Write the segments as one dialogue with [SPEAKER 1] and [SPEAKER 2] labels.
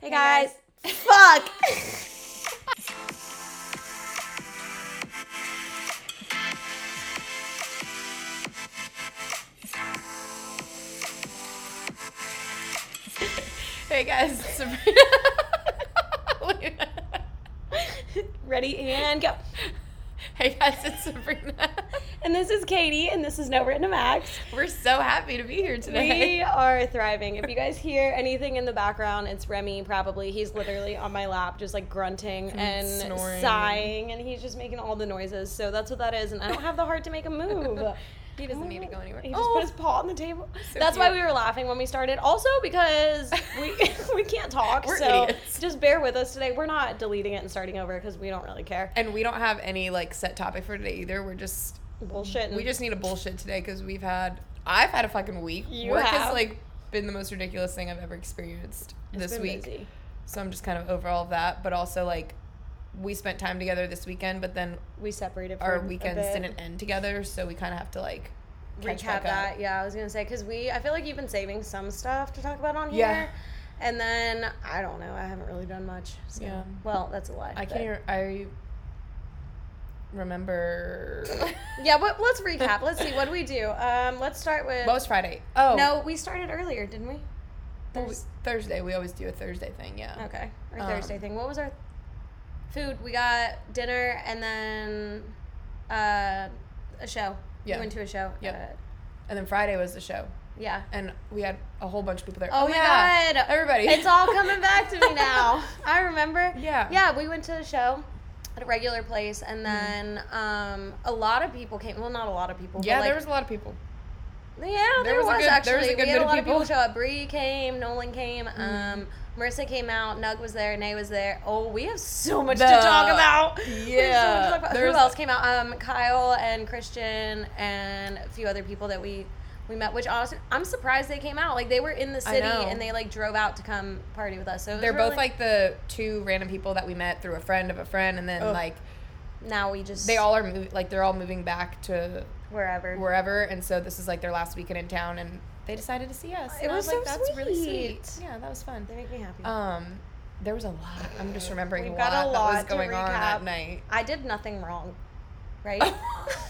[SPEAKER 1] Hey, guys. Fuck.
[SPEAKER 2] Hey guys, it's Sabrina. Wait.
[SPEAKER 1] Ready and go.
[SPEAKER 2] hey guys, it's Sabrina.
[SPEAKER 1] And this is Katie, and this is No Random Acts.
[SPEAKER 2] We're so happy to be here today.
[SPEAKER 1] We are thriving. If you guys hear anything in the background, it's Remy probably. He's literally on my lap, just like grunting and
[SPEAKER 2] snoring.
[SPEAKER 1] sighing, and he's just making all the noises. So that's what that is. And I don't have the heart to make a move.
[SPEAKER 2] he doesn't need to go anywhere.
[SPEAKER 1] He just
[SPEAKER 2] oh,
[SPEAKER 1] put his paw on the table.
[SPEAKER 2] So
[SPEAKER 1] That's why
[SPEAKER 2] cute.
[SPEAKER 1] we were laughing when we started. Also because we we can't talk,
[SPEAKER 2] We're
[SPEAKER 1] so
[SPEAKER 2] idiots.
[SPEAKER 1] just bear with us today. We're not deleting it and starting over because we don't really care.
[SPEAKER 2] and we don't have any like set topic for today either. We're just
[SPEAKER 1] Bullshit.
[SPEAKER 2] we just need a bullshit today because we've had I've had a fucking week.
[SPEAKER 1] You
[SPEAKER 2] Work
[SPEAKER 1] have.
[SPEAKER 2] has like been the most ridiculous thing I've ever experienced
[SPEAKER 1] It's
[SPEAKER 2] this
[SPEAKER 1] been
[SPEAKER 2] week.
[SPEAKER 1] busy.
[SPEAKER 2] So I'm just kind of over all of that, but also like we spent time together this weekend, but then
[SPEAKER 1] We separated. For
[SPEAKER 2] our
[SPEAKER 1] a
[SPEAKER 2] weekends
[SPEAKER 1] bit.
[SPEAKER 2] didn't end together, so we kind of have to like catch
[SPEAKER 1] recap
[SPEAKER 2] back up.
[SPEAKER 1] that. Yeah, I was gonna say because we, I feel like you've been saving some stuff to talk about on
[SPEAKER 2] Yeah.
[SPEAKER 1] here, and then I don't know, I haven't really done much. So.
[SPEAKER 2] Yeah.
[SPEAKER 1] Well, that's a lie.
[SPEAKER 2] I
[SPEAKER 1] but-
[SPEAKER 2] can't. Even, I remember.
[SPEAKER 1] Yeah, but let's recap. let's see what do we do. Um, let's start with.
[SPEAKER 2] What was Friday? Oh
[SPEAKER 1] No, we started earlier, didn't we?
[SPEAKER 2] well, we-
[SPEAKER 1] Thurs-
[SPEAKER 2] Thursday. We always do a Thursday thing. Yeah.
[SPEAKER 1] okay, our
[SPEAKER 2] Um,
[SPEAKER 1] Thursday thing. What was our food? We got dinner and then uh, a show.
[SPEAKER 2] Yeah.
[SPEAKER 1] We went to a show.
[SPEAKER 2] Yep.
[SPEAKER 1] uh,
[SPEAKER 2] And then Friday was the show,
[SPEAKER 1] yeah.
[SPEAKER 2] and we had a whole bunch of people there.
[SPEAKER 1] Oh, my god.
[SPEAKER 2] Everybody.
[SPEAKER 1] It's all coming back to me now. I remember.
[SPEAKER 2] Yeah.
[SPEAKER 1] Yeah, we went to a show at a regular place and then um a lot of people came well not a lot of people
[SPEAKER 2] Mm-hmm. Yeah,
[SPEAKER 1] but like,
[SPEAKER 2] there was a lot of people.
[SPEAKER 1] yeah there,
[SPEAKER 2] was
[SPEAKER 1] was,
[SPEAKER 2] a good-
[SPEAKER 1] actually
[SPEAKER 2] there was a good
[SPEAKER 1] we
[SPEAKER 2] bit
[SPEAKER 1] had a
[SPEAKER 2] of
[SPEAKER 1] lot of people,
[SPEAKER 2] people. Mm-hmm.
[SPEAKER 1] show up Bree came Nolan came um Marissa came out Nug was there Nay was there oh we have so much to
[SPEAKER 2] The-
[SPEAKER 1] talk about We have so much to
[SPEAKER 2] yeah.
[SPEAKER 1] talk about.
[SPEAKER 2] There's-
[SPEAKER 1] who else came out um Kyle and Christian and a few other people that we we met which honestly I'm surprised they came out like they were in the
[SPEAKER 2] I
[SPEAKER 1] city
[SPEAKER 2] know.
[SPEAKER 1] and they like drove out to come party with us so it was
[SPEAKER 2] They're
[SPEAKER 1] really-
[SPEAKER 2] both like the two random people that we met through a friend of a friend, and then
[SPEAKER 1] Ugh.
[SPEAKER 2] like
[SPEAKER 1] now we just
[SPEAKER 2] they all are mov- like they're all moving back to
[SPEAKER 1] wherever
[SPEAKER 2] wherever, and so this is like their last weekend in town, and they decided to see us.
[SPEAKER 1] It
[SPEAKER 2] and I
[SPEAKER 1] was
[SPEAKER 2] like,
[SPEAKER 1] so
[SPEAKER 2] That's really
[SPEAKER 1] sweet."
[SPEAKER 2] sweet. Yeah, that was fun.
[SPEAKER 1] They make me happy.
[SPEAKER 2] Um, there was a lot. I'm just remembering
[SPEAKER 1] We've
[SPEAKER 2] a,
[SPEAKER 1] got
[SPEAKER 2] lot
[SPEAKER 1] a
[SPEAKER 2] that
[SPEAKER 1] lot
[SPEAKER 2] was
[SPEAKER 1] to
[SPEAKER 2] going on
[SPEAKER 1] recap.
[SPEAKER 2] that night.
[SPEAKER 1] I did nothing wrong, right?
[SPEAKER 2] Oh.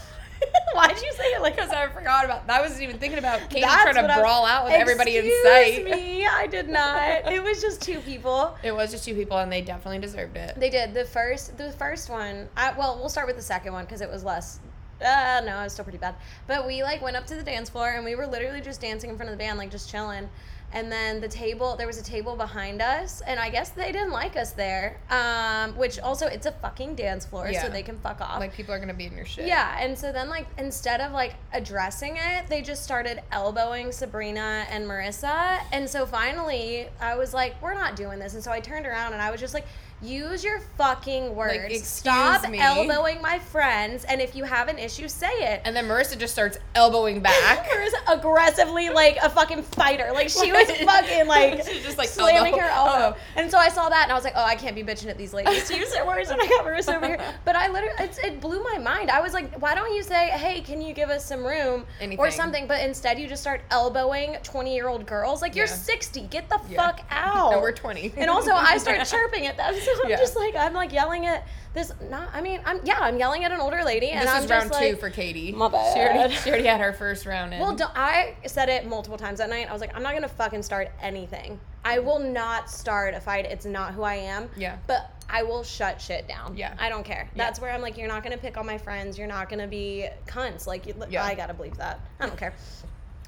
[SPEAKER 1] Why'd you say it like
[SPEAKER 2] Because I forgot about. I wasn't even thinking about Katie
[SPEAKER 1] That's
[SPEAKER 2] trying to
[SPEAKER 1] what I was-
[SPEAKER 2] brawl out with everybody in
[SPEAKER 1] Excuse
[SPEAKER 2] sight.
[SPEAKER 1] me, I did not. It was just two people.
[SPEAKER 2] It was just two people, and they definitely deserved it.
[SPEAKER 1] They did the first. The first one. I, well, we'll start with the second one because it was less. Uh, no, it was still pretty bad. But we like went up to the dance floor and we were literally just dancing in front of the band, like just chilling. And then the table, there was a table behind us, and I guess they didn't like us there. Um, which also, it's a fucking dance floor,
[SPEAKER 2] Yeah.
[SPEAKER 1] so they can fuck off.
[SPEAKER 2] Like people are gonna be in your shit.
[SPEAKER 1] Yeah, and so then like instead of like addressing it, they just started elbowing Sabrina and Marissa. And so finally, I was like, "We're not doing this." And so I turned around and I was just like, "Use your fucking words.
[SPEAKER 2] excuse
[SPEAKER 1] Stop
[SPEAKER 2] me."
[SPEAKER 1] elbowing my friends. And if you have an issue, say it."
[SPEAKER 2] And then Marissa just starts elbowing back.
[SPEAKER 1] Marissa aggressively like a fucking fighter. Like she was fucking like,
[SPEAKER 2] She just, like,
[SPEAKER 1] slamming
[SPEAKER 2] elbow,
[SPEAKER 1] her elbow.
[SPEAKER 2] elbow.
[SPEAKER 1] And so I saw that and I was like, oh, I can't be bitching at these ladies to use their words. And I got Marissa over here. But I literally, it's, it blew my mind. I was like, why don't you say, hey, can you give us some room or
[SPEAKER 2] Anything.
[SPEAKER 1] something? But instead, you just start elbowing 20 year old girls. Like, you're
[SPEAKER 2] Yeah.
[SPEAKER 1] 60. Get the
[SPEAKER 2] Yeah.
[SPEAKER 1] fuck out.
[SPEAKER 2] No, we're 20.
[SPEAKER 1] Oh. And also, I start chirping at them. So I'm
[SPEAKER 2] Yeah.
[SPEAKER 1] just like, I'm like yelling at this. Not, I mean, I'm yeah, I'm yelling at an older lady.
[SPEAKER 2] This
[SPEAKER 1] and I'm
[SPEAKER 2] is
[SPEAKER 1] just
[SPEAKER 2] round
[SPEAKER 1] like,
[SPEAKER 2] two for Katie.
[SPEAKER 1] My bad.
[SPEAKER 2] She already, she already had her first round in.
[SPEAKER 1] well, don't, I said it multiple times that night. I was like, I'm not gonna fucking start anything. I will not start a fight. It's not who I am.
[SPEAKER 2] Yeah.
[SPEAKER 1] But I will shut shit down.
[SPEAKER 2] Yeah.
[SPEAKER 1] I don't care. That's where I'm like, you're not gonna pick on my friends. You're not gonna be cunts. Like, you,
[SPEAKER 2] Yeah.
[SPEAKER 1] I gotta believe that. I don't care.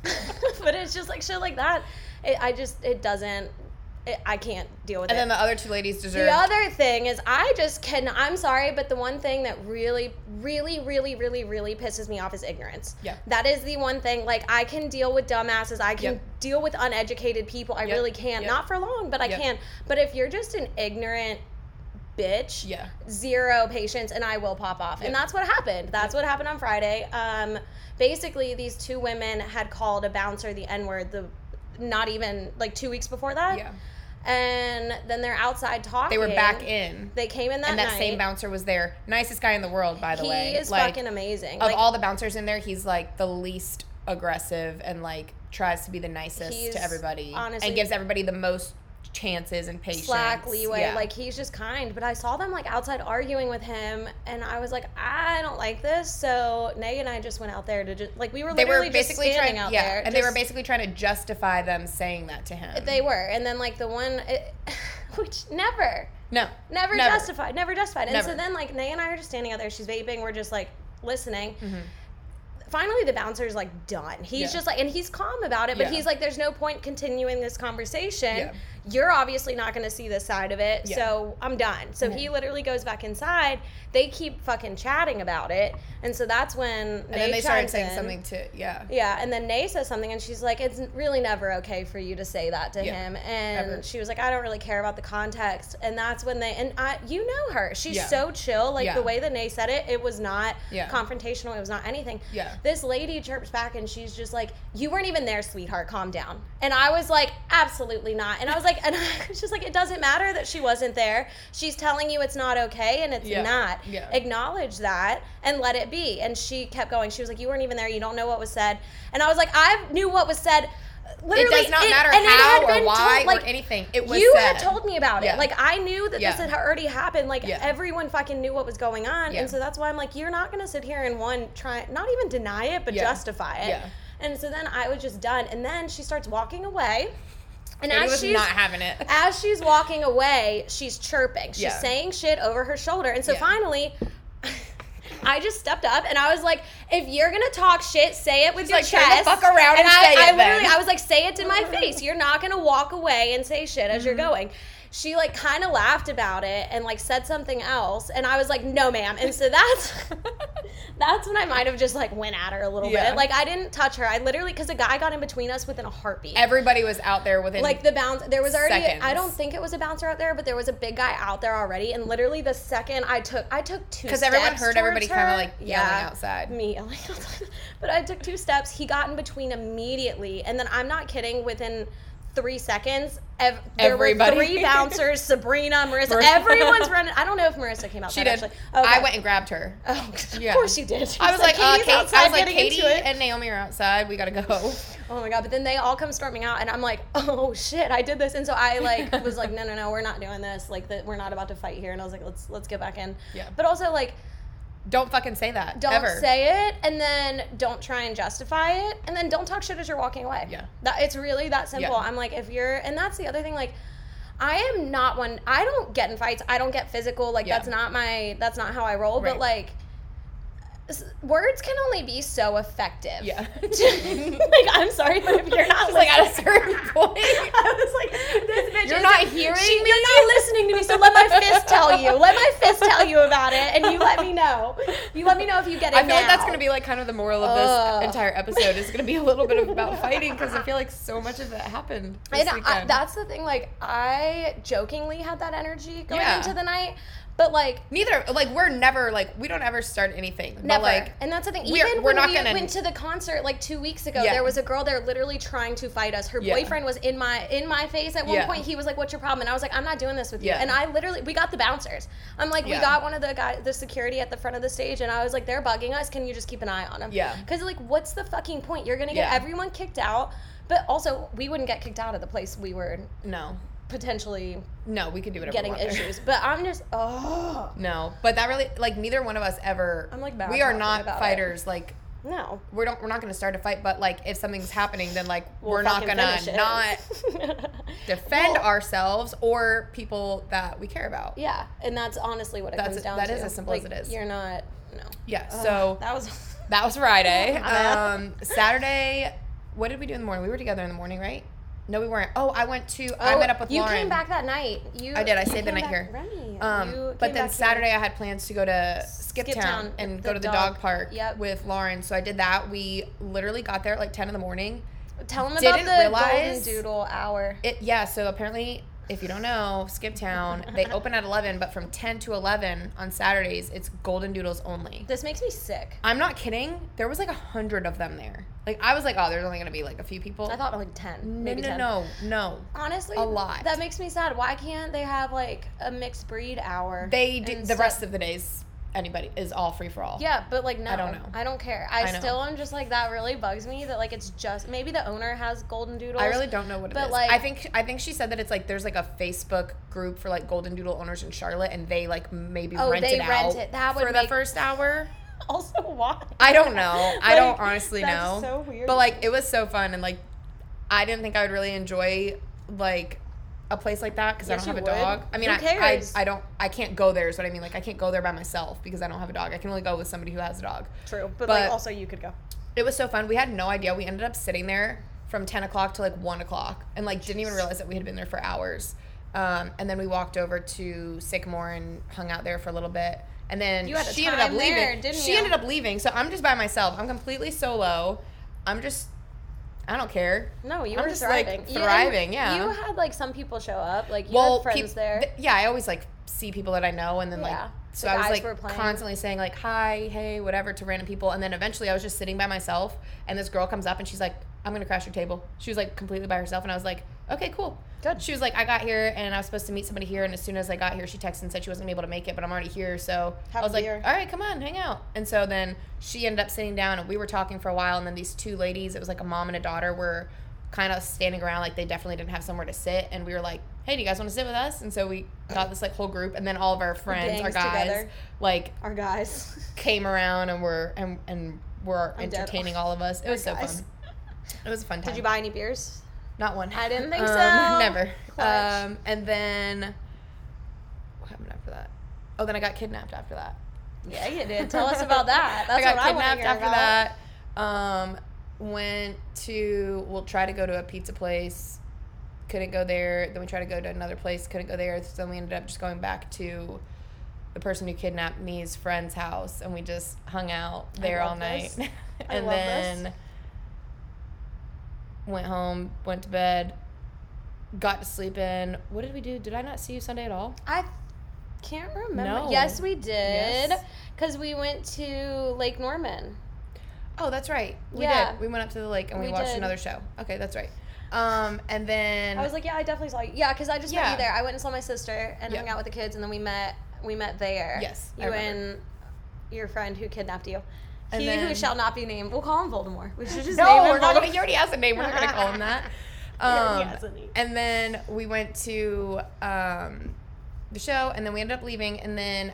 [SPEAKER 1] but it's just like shit like that. It, I just it doesn't. It, I can't deal with
[SPEAKER 2] and
[SPEAKER 1] it.
[SPEAKER 2] then the other two ladies deserved.
[SPEAKER 1] The other thing is, I just can. I'm sorry, but the one thing that really, really, really, really, really pisses me off is ignorance.
[SPEAKER 2] Yeah.
[SPEAKER 1] That is the one thing. Like, I can deal with dumbasses. I can
[SPEAKER 2] Yep.
[SPEAKER 1] deal with uneducated people. I
[SPEAKER 2] Yep.
[SPEAKER 1] really can.
[SPEAKER 2] Yep.
[SPEAKER 1] Not for long, but I
[SPEAKER 2] Yep.
[SPEAKER 1] can. But if you're just an ignorant bitch,
[SPEAKER 2] yeah.
[SPEAKER 1] zero patience and I will pop off. And
[SPEAKER 2] Yeah.
[SPEAKER 1] that's what happened. That's what happened on Friday. Um, basically, these two women had called a bouncer the N word the not even like two weeks before that.
[SPEAKER 2] Yeah.
[SPEAKER 1] And then they're outside talking.
[SPEAKER 2] They were back in.
[SPEAKER 1] They came in that
[SPEAKER 2] and that same
[SPEAKER 1] night.
[SPEAKER 2] bouncer was there. Nicest guy in the world, by the
[SPEAKER 1] he
[SPEAKER 2] way.
[SPEAKER 1] is
[SPEAKER 2] Like,
[SPEAKER 1] fucking amazing.
[SPEAKER 2] of
[SPEAKER 1] Like,
[SPEAKER 2] all the bouncers in there, he's like the least aggressive and like tries to be the nicest
[SPEAKER 1] He's-
[SPEAKER 2] to everybody,
[SPEAKER 1] honestly-
[SPEAKER 2] and gives everybody the most chances and patience.
[SPEAKER 1] slack leeway.
[SPEAKER 2] Yeah.
[SPEAKER 1] Like he's just kind. But I saw them like outside arguing with him, and I was like, I don't like this. So Nay and I just went out there to just like we were
[SPEAKER 2] they
[SPEAKER 1] literally
[SPEAKER 2] were
[SPEAKER 1] just
[SPEAKER 2] basically
[SPEAKER 1] standing
[SPEAKER 2] trying,
[SPEAKER 1] out
[SPEAKER 2] yeah,
[SPEAKER 1] there.
[SPEAKER 2] and they
[SPEAKER 1] just-
[SPEAKER 2] were basically trying to justify them saying that to him.
[SPEAKER 1] they were, and then like the one, it, which never.
[SPEAKER 2] no,
[SPEAKER 1] Never,
[SPEAKER 2] Never.
[SPEAKER 1] justified. Never justified. And so
[SPEAKER 2] Never.
[SPEAKER 1] then, like, Nay and I are just standing out there. She's vaping. We're just like listening. Finally, the bouncer's like done. He's
[SPEAKER 2] Mm-hmm. Yeah.
[SPEAKER 1] just like, and he's calm about it, but
[SPEAKER 2] Yeah.
[SPEAKER 1] he's like, there's no point continuing this conversation.
[SPEAKER 2] Yeah.
[SPEAKER 1] You're obviously not going to see this side of it.
[SPEAKER 2] Yeah.
[SPEAKER 1] So I'm done. So he literally goes back inside. They keep fucking chatting about it. And so that's when
[SPEAKER 2] and then they started saying
[SPEAKER 1] in.
[SPEAKER 2] something to yeah.
[SPEAKER 1] Yeah, and then Nay says something, and she's like, "It's really never okay for you to say that to
[SPEAKER 2] Yeah,
[SPEAKER 1] him." And
[SPEAKER 2] ever.
[SPEAKER 1] she was like, "I don't really care about the context." And that's when they and I, you know her, she's
[SPEAKER 2] Yeah.
[SPEAKER 1] so chill. Like
[SPEAKER 2] Yeah.
[SPEAKER 1] the way that Nay said it, it was not
[SPEAKER 2] Yeah.
[SPEAKER 1] confrontational. It was not anything.
[SPEAKER 2] Yeah.
[SPEAKER 1] This lady chirps back, and she's just like, "You weren't even there, sweetheart. Calm down." And I was like, "Absolutely not." And I was like, and I was just like, "It doesn't matter that she wasn't there. She's telling you it's not okay, and it's
[SPEAKER 2] Yeah,
[SPEAKER 1] not."
[SPEAKER 2] yeah.
[SPEAKER 1] acknowledge that and let it be. And she kept going. She was like, "You weren't even there. You don't know what was said." And I was like, "I knew what was said." Literally,
[SPEAKER 2] It does not matter
[SPEAKER 1] and it had
[SPEAKER 2] how or
[SPEAKER 1] been
[SPEAKER 2] why
[SPEAKER 1] told, like,
[SPEAKER 2] or anything. It was
[SPEAKER 1] you
[SPEAKER 2] said.
[SPEAKER 1] had told me about it.
[SPEAKER 2] Yeah.
[SPEAKER 1] Like I knew that
[SPEAKER 2] Yeah.
[SPEAKER 1] this had already happened. Like
[SPEAKER 2] Yeah.
[SPEAKER 1] everyone fucking knew what was going on,
[SPEAKER 2] Yeah.
[SPEAKER 1] and so that's why I'm like, you're not gonna sit here and one try, not even deny it, but
[SPEAKER 2] Yeah.
[SPEAKER 1] justify it.
[SPEAKER 2] Yeah.
[SPEAKER 1] And so then I was just done. And then she starts walking away, and
[SPEAKER 2] Katie
[SPEAKER 1] as
[SPEAKER 2] was
[SPEAKER 1] she's
[SPEAKER 2] not having it.
[SPEAKER 1] as she's walking away, she's chirping. She's
[SPEAKER 2] Yeah.
[SPEAKER 1] saying shit over her shoulder. And so
[SPEAKER 2] Yeah.
[SPEAKER 1] finally, I just stepped up and I was like, if you're gonna talk shit, say it with your
[SPEAKER 2] like, "Turn
[SPEAKER 1] chest.
[SPEAKER 2] the fuck around and
[SPEAKER 1] I,
[SPEAKER 2] say it
[SPEAKER 1] I
[SPEAKER 2] then."
[SPEAKER 1] literally I was like, say it to my face. You're not gonna walk away and say shit as you're
[SPEAKER 2] Mm-hmm.
[SPEAKER 1] going. She like kind of laughed about it and like said something else, and I was like, "No, ma'am." And so that's that's when I might have just like went at her a little
[SPEAKER 2] Yeah.
[SPEAKER 1] bit. Like I didn't touch her. I literally because a guy got in between us within a heartbeat
[SPEAKER 2] Everybody was out there within
[SPEAKER 1] like the bounce there was already
[SPEAKER 2] Seconds.
[SPEAKER 1] i don't think it was a bouncer out there but there was a big guy out there already and literally the second i took i took two
[SPEAKER 2] because everyone
[SPEAKER 1] steps
[SPEAKER 2] heard everybody
[SPEAKER 1] towards
[SPEAKER 2] kind of
[SPEAKER 1] her-
[SPEAKER 2] like yelling
[SPEAKER 1] Yeah,
[SPEAKER 2] outside.
[SPEAKER 1] me yelling outside but i took two steps he got in between immediately and then i'm not kidding within three seconds ev- there
[SPEAKER 2] Everybody.
[SPEAKER 1] were three bouncers sabrina marissa
[SPEAKER 2] Mar-
[SPEAKER 1] everyone's running i don't know if marissa came out
[SPEAKER 2] She
[SPEAKER 1] that
[SPEAKER 2] did.
[SPEAKER 1] actually
[SPEAKER 2] I went and grabbed her.
[SPEAKER 1] oh,
[SPEAKER 2] Yeah.
[SPEAKER 1] of course she did She
[SPEAKER 2] I was like, uh,
[SPEAKER 1] "Katie's
[SPEAKER 2] Kate, I
[SPEAKER 1] outside
[SPEAKER 2] was like,
[SPEAKER 1] getting into
[SPEAKER 2] Katie
[SPEAKER 1] it."
[SPEAKER 2] and Naomi are outside. We gotta go.
[SPEAKER 1] oh my god but then they all come storming out and i'm like oh shit i did this and so i like was like no no no we're not doing this like that we're not about to fight here and i was like let's let's get back in
[SPEAKER 2] Yeah.
[SPEAKER 1] but also like
[SPEAKER 2] Don't fucking say that.
[SPEAKER 1] don't
[SPEAKER 2] ever.
[SPEAKER 1] say it and then don't try and justify it and then don't talk shit as you're walking away
[SPEAKER 2] Yeah.
[SPEAKER 1] that it's really that simple
[SPEAKER 2] Yeah.
[SPEAKER 1] i'm like if you're and that's the other thing like i am not one i don't get in fights i don't get physical like
[SPEAKER 2] Yeah.
[SPEAKER 1] that's not my that's not how i roll but
[SPEAKER 2] Right.
[SPEAKER 1] like s- words can only be so effective
[SPEAKER 2] Yeah.
[SPEAKER 1] like i'm sorry but if you're not
[SPEAKER 2] She's like at a
[SPEAKER 1] listening-
[SPEAKER 2] certain point.
[SPEAKER 1] I was like, this bitch.
[SPEAKER 2] You're
[SPEAKER 1] is-
[SPEAKER 2] not hearing
[SPEAKER 1] She, you're not listening to me. So let my fist tell you. Let my fist tell you about it, and you let me know. You let me know if you get it.
[SPEAKER 2] I feel like that's
[SPEAKER 1] now.
[SPEAKER 2] gonna be like kind of the moral of
[SPEAKER 1] Ugh.
[SPEAKER 2] this entire episode. It's gonna be a little bit of about fighting because I feel like so much of that happened. This
[SPEAKER 1] And I,
[SPEAKER 2] weekend.
[SPEAKER 1] that's the thing. Like I jokingly had that energy going
[SPEAKER 2] Yeah.
[SPEAKER 1] into the night, but like
[SPEAKER 2] Neither like we're never like we don't ever start anything. But
[SPEAKER 1] Never.
[SPEAKER 2] like
[SPEAKER 1] and that's the thing.
[SPEAKER 2] we're-
[SPEAKER 1] Even
[SPEAKER 2] we're
[SPEAKER 1] when
[SPEAKER 2] not
[SPEAKER 1] we
[SPEAKER 2] gonna-
[SPEAKER 1] went to the concert like two weeks ago,
[SPEAKER 2] Yeah.
[SPEAKER 1] there was a girl there literally trying to fight us. Her
[SPEAKER 2] Yeah.
[SPEAKER 1] boyfriend was in my in my face at one
[SPEAKER 2] Yeah.
[SPEAKER 1] point. He was like, "What's your problem?" And I was like, "I'm not doing this with you."
[SPEAKER 2] Yeah.
[SPEAKER 1] And I literally we got the bouncers. I'm like, we
[SPEAKER 2] Yeah.
[SPEAKER 1] got one of the guys, the security at the front of the stage, and I was like, "They're bugging us. Can you just keep an eye on them?"
[SPEAKER 2] Yeah.
[SPEAKER 1] Because like, what's the fucking point? You're gonna get
[SPEAKER 2] Yeah.
[SPEAKER 1] everyone kicked out, but also we wouldn't get kicked out of the place we were
[SPEAKER 2] no,
[SPEAKER 1] potentially
[SPEAKER 2] no, we could do whatever. we
[SPEAKER 1] getting
[SPEAKER 2] want there.
[SPEAKER 1] issues. But I'm just oh
[SPEAKER 2] No, but that really like neither one of us ever.
[SPEAKER 1] I'm, like, bad
[SPEAKER 2] we are
[SPEAKER 1] talking
[SPEAKER 2] not
[SPEAKER 1] about it.
[SPEAKER 2] fighters. Like
[SPEAKER 1] no.
[SPEAKER 2] we're don't we're not gonna start a fight, but like if something's happening, then like
[SPEAKER 1] We'll
[SPEAKER 2] we're not
[SPEAKER 1] fucking
[SPEAKER 2] gonna
[SPEAKER 1] finish it.
[SPEAKER 2] not defend
[SPEAKER 1] Well-
[SPEAKER 2] ourselves or people that we care about. Yeah.
[SPEAKER 1] Yeah, and that's honestly what it
[SPEAKER 2] That's-
[SPEAKER 1] comes down
[SPEAKER 2] that
[SPEAKER 1] to.
[SPEAKER 2] is as simple as
[SPEAKER 1] Like,
[SPEAKER 2] it is.
[SPEAKER 1] You're not. No. Ugh, Oh,
[SPEAKER 2] so
[SPEAKER 1] that was.
[SPEAKER 2] that was Friday.
[SPEAKER 1] My bad.
[SPEAKER 2] Um, Saturday, what did we do in the morning? We were together in the morning, right? No, we weren't. Oh, I went to. I
[SPEAKER 1] Oh,
[SPEAKER 2] met up with
[SPEAKER 1] you
[SPEAKER 2] Lauren.
[SPEAKER 1] came back that night. You.
[SPEAKER 2] I did. I
[SPEAKER 1] you
[SPEAKER 2] stayed the
[SPEAKER 1] came back-
[SPEAKER 2] night here.
[SPEAKER 1] Right. You
[SPEAKER 2] Um,
[SPEAKER 1] came
[SPEAKER 2] but then
[SPEAKER 1] back here.
[SPEAKER 2] Saturday I had plans to go to Skip,
[SPEAKER 1] Skip
[SPEAKER 2] Town,
[SPEAKER 1] Town,
[SPEAKER 2] and
[SPEAKER 1] the
[SPEAKER 2] go to the
[SPEAKER 1] dog-
[SPEAKER 2] dog, park
[SPEAKER 1] yep.
[SPEAKER 2] with Lauren. So I did that. We literally got there at like 10 in the morning.
[SPEAKER 1] Tell them about
[SPEAKER 2] didn't
[SPEAKER 1] the Golden
[SPEAKER 2] realize-
[SPEAKER 1] Doodle hour.
[SPEAKER 2] It yeah, so apparently if you don't know, Skip Town, they open at 11, but from 10 to 11 on Saturdays, it's golden doodles only.
[SPEAKER 1] This makes me sick.
[SPEAKER 2] I'm not kidding. There was like a hundred of them there. Like I was like, oh, there's only gonna be like a few people.
[SPEAKER 1] I thought like ten.
[SPEAKER 2] no,
[SPEAKER 1] Maybe
[SPEAKER 2] no,
[SPEAKER 1] 10.
[SPEAKER 2] no, no.
[SPEAKER 1] Honestly,
[SPEAKER 2] A lot.
[SPEAKER 1] That makes me sad. Why can't they have like a mixed breed hour?
[SPEAKER 2] They did the
[SPEAKER 1] instead-
[SPEAKER 2] rest of the days. anybody is all free for all.
[SPEAKER 1] Yeah, but like no,
[SPEAKER 2] I don't know.
[SPEAKER 1] I don't care. I,
[SPEAKER 2] I know.
[SPEAKER 1] still am just like that. Really bugs me that like it's just maybe the owner has golden doodles.
[SPEAKER 2] I really don't know what it is.
[SPEAKER 1] But, like-
[SPEAKER 2] I think I think she said that it's like there's like a Facebook group for like golden doodle owners in Charlotte, and they like maybe
[SPEAKER 1] Oh,
[SPEAKER 2] rent
[SPEAKER 1] they
[SPEAKER 2] it out
[SPEAKER 1] rent it. That would
[SPEAKER 2] for the
[SPEAKER 1] make-
[SPEAKER 2] first hour.
[SPEAKER 1] also why.
[SPEAKER 2] I don't know. I don't
[SPEAKER 1] Like,
[SPEAKER 2] honestly
[SPEAKER 1] that's
[SPEAKER 2] know.
[SPEAKER 1] so weird.
[SPEAKER 2] But like it was so fun, and like I didn't think I would really enjoy like a place like that because
[SPEAKER 1] Yes,
[SPEAKER 2] I
[SPEAKER 1] you
[SPEAKER 2] don't
[SPEAKER 1] would.
[SPEAKER 2] have a dog. I mean,
[SPEAKER 1] Who
[SPEAKER 2] I, I
[SPEAKER 1] cares?
[SPEAKER 2] I don't I can't go there is what I mean. Like I can't go there by myself because I don't have a dog. I can only go with somebody who has a dog.
[SPEAKER 1] True, but,
[SPEAKER 2] But-
[SPEAKER 1] like also you could go.
[SPEAKER 2] It was so fun. We had no idea. We ended up sitting there from 10 o'clock to like 1 o'clock and like didn't even realize that we had been there for hours. Um, and then we walked over to Sycamore and hung out there for a little bit. And then
[SPEAKER 1] You had a
[SPEAKER 2] she ended up
[SPEAKER 1] time
[SPEAKER 2] leaving.
[SPEAKER 1] there, didn't
[SPEAKER 2] she
[SPEAKER 1] you?
[SPEAKER 2] ended up leaving. So I'm just by myself. I'm completely solo. I'm just, I don't care.
[SPEAKER 1] No, you
[SPEAKER 2] I'm
[SPEAKER 1] were
[SPEAKER 2] just, like,
[SPEAKER 1] thriving. You- and
[SPEAKER 2] thriving, yeah.
[SPEAKER 1] You had like some people show up. Like you had friends
[SPEAKER 2] peop-
[SPEAKER 1] there.
[SPEAKER 2] th- yeah, I always like see people that I know, and then like
[SPEAKER 1] Yeah.
[SPEAKER 2] so
[SPEAKER 1] The
[SPEAKER 2] I was
[SPEAKER 1] guys
[SPEAKER 2] like
[SPEAKER 1] were playing.
[SPEAKER 2] constantly saying like hi, hey, whatever to random people, and then eventually I was just sitting by myself, and this girl comes up and she's like, I'm gonna crash your table. She was like completely by herself, and I was like, okay, cool.
[SPEAKER 1] Good.
[SPEAKER 2] She was like, I got here and I was supposed to meet somebody here, and as soon as I got here, she texted and said she wasn't gonna be able to make it, but I'm already here, so
[SPEAKER 1] Have
[SPEAKER 2] I was
[SPEAKER 1] a
[SPEAKER 2] like,
[SPEAKER 1] beer.
[SPEAKER 2] all right, come on, hang out. And so then she ended up sitting down, and we were talking for a while, and then these two ladies, it was like a mom and a daughter, were kind of standing around like they definitely didn't have somewhere to sit and we were like hey do you guys want to sit with us and so we got this like whole group and then all of our friends our
[SPEAKER 1] gangs
[SPEAKER 2] guys
[SPEAKER 1] together.
[SPEAKER 2] like
[SPEAKER 1] Our guys.
[SPEAKER 2] came around and were and, and were
[SPEAKER 1] I'm dead.
[SPEAKER 2] entertaining all of us it was so
[SPEAKER 1] guys.
[SPEAKER 2] fun it was a fun time
[SPEAKER 1] Did you buy any beers?
[SPEAKER 2] not one
[SPEAKER 1] I didn't think
[SPEAKER 2] Um,
[SPEAKER 1] so.
[SPEAKER 2] never
[SPEAKER 1] Clutch.
[SPEAKER 2] um and then what happened after that oh then i got kidnapped after that
[SPEAKER 1] Yeah, you did. Tell us about that. That's
[SPEAKER 2] I got
[SPEAKER 1] what I want
[SPEAKER 2] kidnapped
[SPEAKER 1] to hear
[SPEAKER 2] after
[SPEAKER 1] about.
[SPEAKER 2] that. Um, went to we'll try to go to a pizza place. Couldn't go there. Then we tried to go to another place. Couldn't go there. So then we ended up just going back to the person who kidnapped me's friend's house, and we just hung out there all
[SPEAKER 1] love this.
[SPEAKER 2] night.
[SPEAKER 1] I
[SPEAKER 2] and
[SPEAKER 1] love this.
[SPEAKER 2] then went home, went to bed, got to sleep in. What did we do? Did I not see you Sunday at all?
[SPEAKER 1] I can't remember.
[SPEAKER 2] No.
[SPEAKER 1] Yes, we did.
[SPEAKER 2] Yes.
[SPEAKER 1] Because we went to Lake Norman.
[SPEAKER 2] Oh, that's right. We
[SPEAKER 1] Yeah.
[SPEAKER 2] did. We went up to the lake and we,
[SPEAKER 1] We
[SPEAKER 2] watched
[SPEAKER 1] did.
[SPEAKER 2] another show. Okay, that's right. Um, and then
[SPEAKER 1] I was like, yeah, I definitely saw you. Yeah, because I just met
[SPEAKER 2] Yeah.
[SPEAKER 1] you there. I went and saw my sister and
[SPEAKER 2] Yeah.
[SPEAKER 1] hung out with the kids, and then we met. We met there.
[SPEAKER 2] Yes, I
[SPEAKER 1] you and
[SPEAKER 2] remember.
[SPEAKER 1] your friend who kidnapped you.
[SPEAKER 2] And
[SPEAKER 1] he who
[SPEAKER 2] then-
[SPEAKER 1] shall not be named. We'll call him Voldemort. We should just
[SPEAKER 2] no,
[SPEAKER 1] name him
[SPEAKER 2] we're not gonna.
[SPEAKER 1] Voldemort.
[SPEAKER 2] He already has a name. We're not gonna call him that.
[SPEAKER 1] already
[SPEAKER 2] Um,
[SPEAKER 1] has a name.
[SPEAKER 2] and then we went to um, the show, and then we ended up leaving, and then